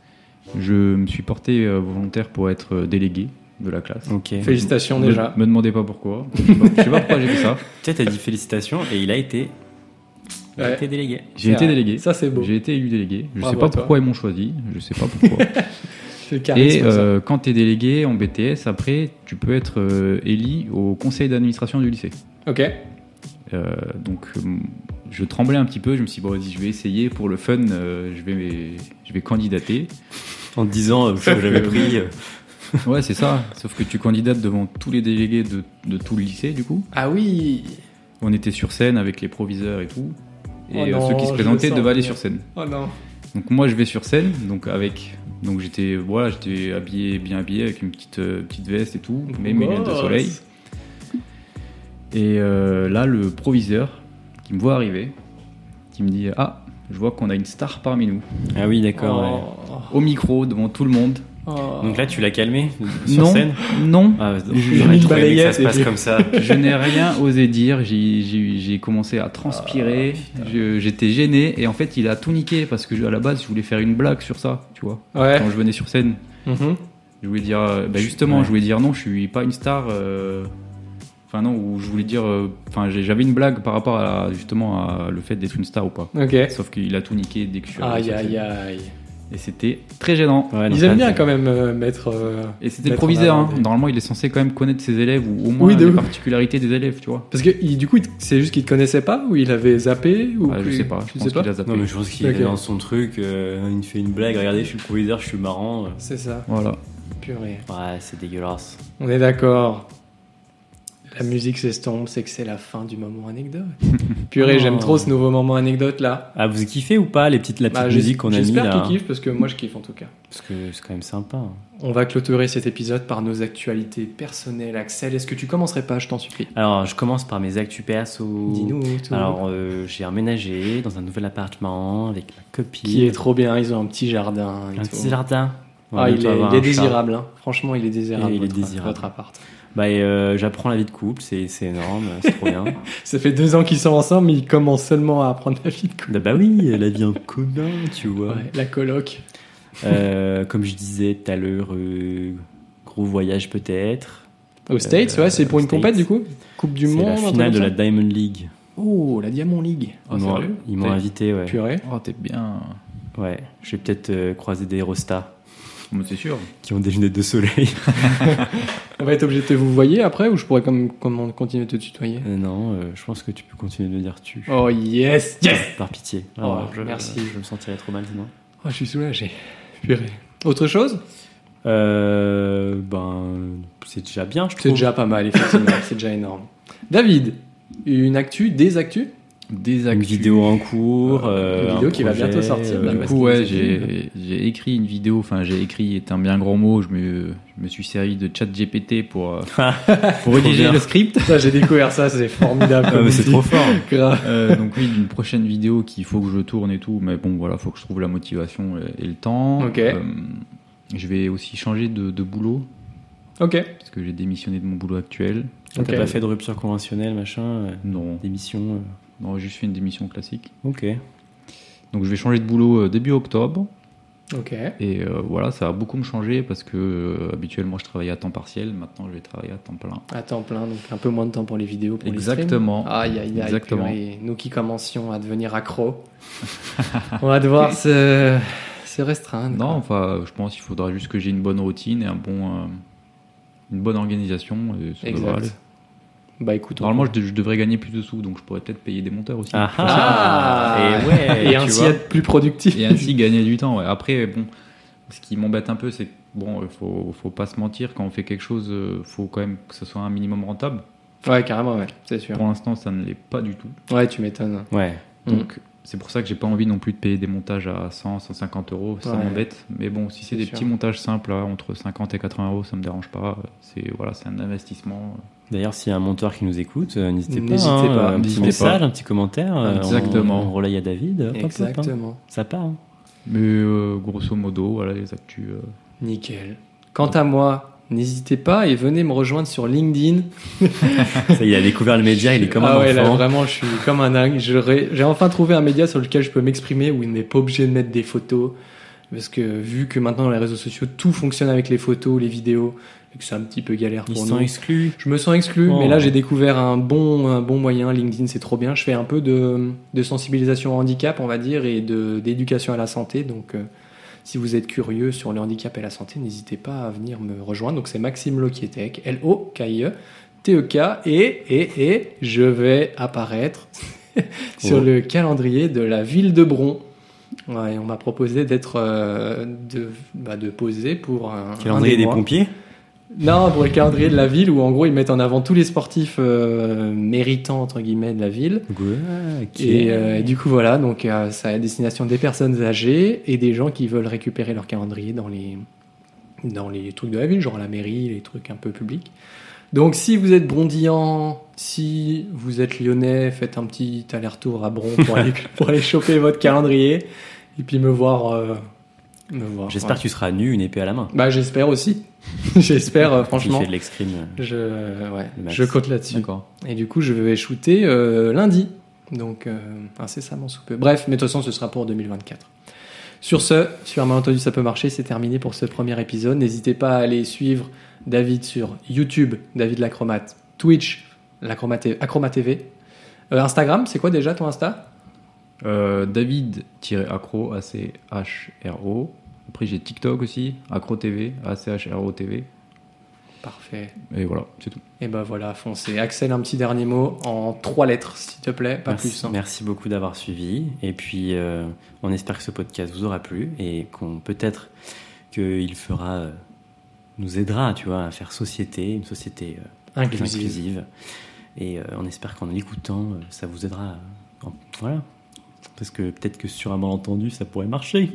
[SPEAKER 3] Je me suis porté euh, volontaire pour être euh, délégué de la classe.
[SPEAKER 1] Ok.
[SPEAKER 2] Félicitations déjà.
[SPEAKER 3] Me, me demandez pas pourquoi. Je sais pas, je sais pas pourquoi j'ai fait ça.
[SPEAKER 1] Peut-être t'as dit félicitations et il a été, il a
[SPEAKER 2] Ouais.
[SPEAKER 1] été délégué.
[SPEAKER 3] J'ai été délégué.
[SPEAKER 2] Ça, c'est beau.
[SPEAKER 3] J'ai été élu délégué. Je
[SPEAKER 2] Bravo
[SPEAKER 3] sais pas
[SPEAKER 2] à toi.
[SPEAKER 3] pourquoi ils m'ont choisi. Je sais pas pourquoi.
[SPEAKER 2] C'est le charisme,
[SPEAKER 3] Et
[SPEAKER 2] ça.
[SPEAKER 3] euh, quand tu es délégué en BTS, après, tu peux être euh, élu au conseil d'administration du lycée.
[SPEAKER 2] Ok.
[SPEAKER 3] Euh, donc, euh, je tremblais un petit peu. Je me suis dit, bon, vas-y, je vais essayer pour le fun. euh, je, vais, je vais candidater.
[SPEAKER 1] En disant, euh, je sais que j'avais pris. euh,
[SPEAKER 3] Ouais, c'est ça. Sauf que tu candidates devant tous les délégués de, de tout le lycée, du coup.
[SPEAKER 2] Ah oui.
[SPEAKER 3] On était sur scène avec les proviseurs et tout. Et
[SPEAKER 2] Oh
[SPEAKER 3] euh,
[SPEAKER 2] non,
[SPEAKER 3] ceux qui
[SPEAKER 2] je
[SPEAKER 3] se
[SPEAKER 2] le
[SPEAKER 3] présentaient
[SPEAKER 2] sens
[SPEAKER 3] devaient aller
[SPEAKER 2] venir.
[SPEAKER 3] sur scène.
[SPEAKER 2] Oh non.
[SPEAKER 3] Donc moi je vais sur scène, donc avec, donc j'étais, voilà, j'étais habillé, bien habillé avec une petite euh, petite veste et tout, mais mes lunettes de
[SPEAKER 2] Grosse.
[SPEAKER 3] soleil. Et euh, là le proviseur qui me voit arriver, qui me dit ah, je vois qu'on a une star parmi nous,
[SPEAKER 1] Ah oui, d'accord. ouais.
[SPEAKER 2] Oh.
[SPEAKER 3] au micro devant tout le monde.
[SPEAKER 2] Oh.
[SPEAKER 1] Donc là, tu l'as calmé sur
[SPEAKER 3] non,
[SPEAKER 1] scène
[SPEAKER 3] non,
[SPEAKER 1] Ah,
[SPEAKER 2] J'ai
[SPEAKER 1] j'aurais
[SPEAKER 2] mis une
[SPEAKER 1] trop aimé que ça
[SPEAKER 2] balayette
[SPEAKER 1] se
[SPEAKER 2] et
[SPEAKER 1] passe
[SPEAKER 2] puis-
[SPEAKER 1] comme ça.
[SPEAKER 3] je n'ai rien osé dire, j'ai- j'ai j'ai commencé à transpirer,
[SPEAKER 2] Ah,
[SPEAKER 3] je- j'étais gêné et en fait il a tout niqué parce que je- à la base je voulais faire une blague sur ça, tu vois,
[SPEAKER 2] Ouais.
[SPEAKER 3] quand je venais sur scène.
[SPEAKER 2] Mhm.
[SPEAKER 3] Je voulais dire, euh, bah,
[SPEAKER 1] Je-
[SPEAKER 3] justement,
[SPEAKER 1] ouais.
[SPEAKER 3] je voulais dire non, je suis pas une star. euh, Enfin non, ou je voulais dire, euh, enfin j'ai- j'avais une blague par rapport à justement à le fait d'être une star ou pas.
[SPEAKER 2] Ok.
[SPEAKER 3] Sauf qu'il a tout niqué dès que je suis arrivé
[SPEAKER 2] Aïe
[SPEAKER 3] sur
[SPEAKER 2] aïe
[SPEAKER 3] scène.
[SPEAKER 2] aïe.
[SPEAKER 3] Et c'était très gênant.
[SPEAKER 1] Ouais, non,
[SPEAKER 2] Ils
[SPEAKER 1] ça,
[SPEAKER 2] aiment bien
[SPEAKER 1] c'est-
[SPEAKER 2] quand même euh, mettre. euh,
[SPEAKER 3] Et c'était le
[SPEAKER 2] Mettre en
[SPEAKER 3] proviseur.
[SPEAKER 2] avant
[SPEAKER 3] hein.
[SPEAKER 2] des-
[SPEAKER 3] Normalement, il est censé quand même connaître ses élèves ou au moins
[SPEAKER 2] Oui, de
[SPEAKER 3] les
[SPEAKER 2] ouf.
[SPEAKER 3] particularités des élèves, tu vois.
[SPEAKER 2] Parce que il- du coup, il- c'est juste qu'il te connaissait pas ou il avait zappé ou
[SPEAKER 3] Ah, je
[SPEAKER 2] que-
[SPEAKER 3] sais pas. Je
[SPEAKER 2] Tu
[SPEAKER 3] pense
[SPEAKER 2] sais pas.
[SPEAKER 3] qu'il a zappé.
[SPEAKER 1] Non, mais je pense qu'il
[SPEAKER 2] Ok.
[SPEAKER 1] est dans son truc. euh, il fait une blague. Regardez, je suis le proviseur, je suis marrant. euh.
[SPEAKER 2] C'est ça.
[SPEAKER 3] Voilà.
[SPEAKER 2] Purée.
[SPEAKER 1] Ouais, c'est dégueulasse.
[SPEAKER 2] On est d'accord. La musique s'estompe, c'est que c'est la fin du moment anecdote. Purée,
[SPEAKER 1] Oh.
[SPEAKER 2] j'aime trop ce nouveau moment anecdote là.
[SPEAKER 1] Ah, vous kiffez ou pas les petites, la petite
[SPEAKER 2] Bah, j'es-
[SPEAKER 1] musique qu'on a mis
[SPEAKER 2] J'espère
[SPEAKER 1] là hein
[SPEAKER 2] qu'ils kiffent parce que moi je kiffe en tout cas.
[SPEAKER 1] Parce que c'est quand même sympa. hein.
[SPEAKER 2] On va clôturer cet épisode par nos actualités personnelles. Axel, est-ce que tu commencerais pas, je t'en supplie
[SPEAKER 1] Alors, je commence par mes actus perso.
[SPEAKER 2] Dis-nous tout.
[SPEAKER 1] Alors, euh, j'ai emménagé dans un nouvel appartement avec ma copine.
[SPEAKER 2] qui est trop bien, ils ont un petit jardin. et
[SPEAKER 1] un
[SPEAKER 2] tout.
[SPEAKER 1] petit jardin. On
[SPEAKER 2] Ah,
[SPEAKER 1] va
[SPEAKER 2] il
[SPEAKER 1] bientôt
[SPEAKER 2] est,
[SPEAKER 1] avoir
[SPEAKER 2] il est
[SPEAKER 1] un chat.
[SPEAKER 2] désirable, hein. franchement, il est désirable.
[SPEAKER 1] Il est
[SPEAKER 2] votre,
[SPEAKER 1] désirable.
[SPEAKER 2] votre appart.
[SPEAKER 1] Bah, et, euh, j'apprends la vie de couple, c'est c'est énorme, c'est trop bien.
[SPEAKER 2] Ça fait deux ans qu'ils sont ensemble, mais ils commencent seulement à apprendre la vie de couple.
[SPEAKER 1] bah, bah oui, la vie en commun, tu vois.
[SPEAKER 2] Ouais, la coloc.
[SPEAKER 1] Euh, comme je disais tout à l'heure, euh, gros voyage peut-être.
[SPEAKER 2] Aux States,
[SPEAKER 1] Euh,
[SPEAKER 2] ouais, c'est pour
[SPEAKER 1] aux
[SPEAKER 2] une compète
[SPEAKER 1] States.
[SPEAKER 2] du coup Coupe du
[SPEAKER 1] c'est
[SPEAKER 2] Monde.
[SPEAKER 1] la
[SPEAKER 2] un truc
[SPEAKER 1] finale de
[SPEAKER 2] comme
[SPEAKER 1] la
[SPEAKER 2] ça
[SPEAKER 1] Diamond League.
[SPEAKER 2] Oh, la Diamond League.
[SPEAKER 3] Ah,
[SPEAKER 1] Ils m'ont-
[SPEAKER 3] sérieux
[SPEAKER 1] ils m'ont
[SPEAKER 3] T'es-
[SPEAKER 1] invité, ouais.
[SPEAKER 2] Purée.
[SPEAKER 3] Oh, t'es bien.
[SPEAKER 1] ouais. Je vais peut-être euh, croiser des rostas
[SPEAKER 3] Mais c'est sûr.
[SPEAKER 1] qui ont des lunettes de soleil.
[SPEAKER 2] On va être obligé de te vous voyez après ou je pourrais comme, comme continuer de te tutoyer
[SPEAKER 1] Euh, non, euh, je pense que tu peux continuer de dire tu.
[SPEAKER 2] Oh yes Yes
[SPEAKER 1] Par pitié.
[SPEAKER 2] Oh,
[SPEAKER 1] je,
[SPEAKER 2] merci.
[SPEAKER 1] Je me sentirais trop mal sinon.
[SPEAKER 2] Oh, je suis soulagé. Purée. Autre chose
[SPEAKER 1] Euh, ben, c'est déjà bien, je
[SPEAKER 2] C'est
[SPEAKER 1] trouve.
[SPEAKER 2] déjà pas mal, effectivement. c'est déjà énorme. David, une actu, des actus
[SPEAKER 3] Des
[SPEAKER 1] Une
[SPEAKER 3] actus.
[SPEAKER 1] vidéo en cours.
[SPEAKER 3] Une
[SPEAKER 1] euh,
[SPEAKER 2] vidéo
[SPEAKER 1] un
[SPEAKER 2] qui va
[SPEAKER 1] projet,
[SPEAKER 2] bientôt sortir,
[SPEAKER 1] euh,
[SPEAKER 2] là,
[SPEAKER 3] Du
[SPEAKER 2] parce
[SPEAKER 3] coup,
[SPEAKER 2] qu'il nous a
[SPEAKER 3] ouais,
[SPEAKER 2] dit,
[SPEAKER 3] j'ai j'ai écrit une vidéo, enfin j'ai écrit est un bien grand mot, je me, je me suis servi de chat GPT pour, euh, pour rédiger
[SPEAKER 1] bien.
[SPEAKER 3] le script.
[SPEAKER 2] Ça, j'ai découvert ça, c'est formidable.
[SPEAKER 1] Ah, mais c'est trop fort.
[SPEAKER 2] grave.
[SPEAKER 3] Euh, donc oui, d'une prochaine vidéo qu'il faut que je tourne et tout, mais bon voilà, faut que je trouve la motivation et, et le temps. Euh,
[SPEAKER 2] Ok.
[SPEAKER 3] je vais aussi changer de, de boulot,
[SPEAKER 2] Ok.
[SPEAKER 3] parce que j'ai démissionné de mon boulot actuel.
[SPEAKER 1] T'as
[SPEAKER 2] Ok.
[SPEAKER 1] pas fait de rupture conventionnelle, machin, euh,
[SPEAKER 3] Non,
[SPEAKER 1] d'émission. euh,
[SPEAKER 3] non j'ai juste fait une démission classique.
[SPEAKER 1] Ok.
[SPEAKER 3] Donc je vais changer de boulot euh, début octobre,
[SPEAKER 2] Ok.
[SPEAKER 3] et euh, voilà, ça va beaucoup me changer, parce que euh, habituellement je travaillais à temps partiel, maintenant je vais travailler à temps plein.
[SPEAKER 2] À temps plein, donc un peu moins de temps pour les vidéos, pour les
[SPEAKER 3] Exactement.
[SPEAKER 2] streams. Aïe, aïe, aïe,
[SPEAKER 3] Exactement.
[SPEAKER 2] purée. Nous qui commencions à devenir accros, on va devoir se, se restreindre.
[SPEAKER 3] Non,
[SPEAKER 2] quoi.
[SPEAKER 3] enfin, je pense qu'il faudra juste que j'ai une bonne routine et un bon, euh, une bonne organisation. et ça devrait
[SPEAKER 2] Exact.
[SPEAKER 3] aller.
[SPEAKER 2] Bah écoute, on-
[SPEAKER 3] Normalement, je, de- je devrais gagner plus de sous, donc je pourrais peut-être payer des monteurs aussi.
[SPEAKER 1] Ah,
[SPEAKER 2] Ah.
[SPEAKER 1] Et ouais,
[SPEAKER 2] et
[SPEAKER 1] tu
[SPEAKER 2] ainsi
[SPEAKER 1] vois.
[SPEAKER 2] être plus productif.
[SPEAKER 3] Et ainsi gagner du temps. ouais. Après, bon, ce qui m'embête un peu, c'est que bon, euh, faut, faut pas se mentir, quand on fait quelque chose, euh, faut quand même que ce soit un minimum rentable.
[SPEAKER 2] Ouais, carrément, ouais, c'est sûr.
[SPEAKER 3] Pour l'instant, ça ne l'est pas du tout.
[SPEAKER 2] Ouais, tu m'étonnes.
[SPEAKER 1] Ouais.
[SPEAKER 2] Mm.
[SPEAKER 3] Donc, c'est pour ça que j'ai pas envie non plus de payer des montages à 100, 150 euros, ça
[SPEAKER 2] Ouais.
[SPEAKER 3] m'embête. Mais bon, si c'est
[SPEAKER 2] C'est
[SPEAKER 3] des
[SPEAKER 2] sûr.
[SPEAKER 3] petits montages simples, là, entre 50 et 80 euros, ça me dérange pas. C'est voilà, c'est un investissement.
[SPEAKER 1] D'ailleurs, s'il y a un monteur qui nous écoute, euh, n'hésitez pas.
[SPEAKER 2] N'hésitez
[SPEAKER 1] hein,
[SPEAKER 2] pas,
[SPEAKER 1] euh, Un petit
[SPEAKER 3] n'hésitez
[SPEAKER 1] message, un petit commentaire. euh,
[SPEAKER 3] Exactement.
[SPEAKER 1] On, on relaye à David. hop, hop, hop, hein.
[SPEAKER 2] Exactement.
[SPEAKER 1] Ça part. hein.
[SPEAKER 3] Mais euh, grosso modo, voilà les actus. euh.
[SPEAKER 2] Nickel. Quant à moi, n'hésitez pas et venez me rejoindre sur LinkedIn.
[SPEAKER 1] Ça, il a découvert le média, il est comme un
[SPEAKER 2] ah ouais, là,
[SPEAKER 1] enfant.
[SPEAKER 2] vraiment, je suis comme un dingue. Je ré- J'ai enfin trouvé un média sur lequel je peux m'exprimer où il n'est pas obligé de mettre des photos, Parce que vu que maintenant dans les réseaux sociaux tout fonctionne avec les photos, les vidéos, et que c'est un petit peu galère
[SPEAKER 1] Ils
[SPEAKER 2] pour
[SPEAKER 1] sont
[SPEAKER 2] nous.
[SPEAKER 1] exclus.
[SPEAKER 2] Je me sens exclu,
[SPEAKER 1] Oh.
[SPEAKER 2] mais là j'ai découvert un bon, un bon moyen. LinkedIn, c'est trop bien. Je fais un peu de, de sensibilisation au handicap, on va dire, et de- d'éducation à la santé. Donc, euh, si vous êtes curieux sur le handicap et la santé, n'hésitez pas à venir me rejoindre. Donc, c'est Maxime Lokietek, L-O-K-I-E, T-E-K, E et, et, et je vais apparaître sur
[SPEAKER 1] Oh.
[SPEAKER 2] le calendrier de la ville de Bron. Ouais, et on m'a proposé d'être euh, de, bah, de poser pour un un
[SPEAKER 1] Calendrier des
[SPEAKER 2] mois.
[SPEAKER 1] pompiers.
[SPEAKER 2] Non, pour le calendrier de la ville où en gros ils mettent en avant tous les sportifs euh, méritants entre guillemets de la ville.
[SPEAKER 1] Ouais, ok.
[SPEAKER 2] Et, euh, et du coup voilà, donc euh, ça à destination des personnes âgées et des gens qui veulent récupérer leur calendrier dans les dans les trucs de la ville, genre la mairie, les trucs un peu publics. Donc si vous êtes brondiant, si vous êtes lyonnais, faites un petit aller-retour à Bron pour aller, pour aller choper votre calendrier et puis me voir. euh, me voir.
[SPEAKER 1] J'espère que tu seras nu, une épée à la main.
[SPEAKER 2] Ouais. Bah j'espère aussi. j'espère euh, franchement.
[SPEAKER 1] Qui fait de l'escrime. euh,
[SPEAKER 2] Je, ouais,
[SPEAKER 1] Le max.
[SPEAKER 2] je compte là-dessus.
[SPEAKER 3] D'accord.
[SPEAKER 2] Et du coup, je vais shooter euh, lundi. Donc, euh, incessamment sous peu. Bref, mais de toute façon, ce sera pour 2024. Sur ce, sur un malentendu, ça peut marcher, c'est terminé pour ce premier épisode. N'hésitez pas à aller suivre David sur YouTube, David Lacromate, Twitch, Lacromate, Acroma TV. Euh, Instagram, c'est quoi déjà ton Insta
[SPEAKER 3] Euh, David-accro, A-C-H-R-O. Après, j'ai TikTok aussi, Accro TV, A-C-H-R-O TV.
[SPEAKER 2] Parfait.
[SPEAKER 3] Et voilà, c'est tout.
[SPEAKER 2] Et ben voilà, foncez. Axel, un petit dernier mot en trois lettres, s'il te plaît, pas
[SPEAKER 1] merci,
[SPEAKER 2] plus. hein.
[SPEAKER 1] merci beaucoup d'avoir suivi. Et puis, euh, on espère que ce podcast vous aura plu et qu'on peut-être qu'il fera, euh, nous aidera, tu vois, à faire société, une société euh, plus
[SPEAKER 2] Inclusive.
[SPEAKER 1] inclusive. Et euh, on espère qu'en l'écoutant, euh, ça vous aidera. euh, en- Voilà. Parce que peut-être que sur un malentendu, ça pourrait marcher.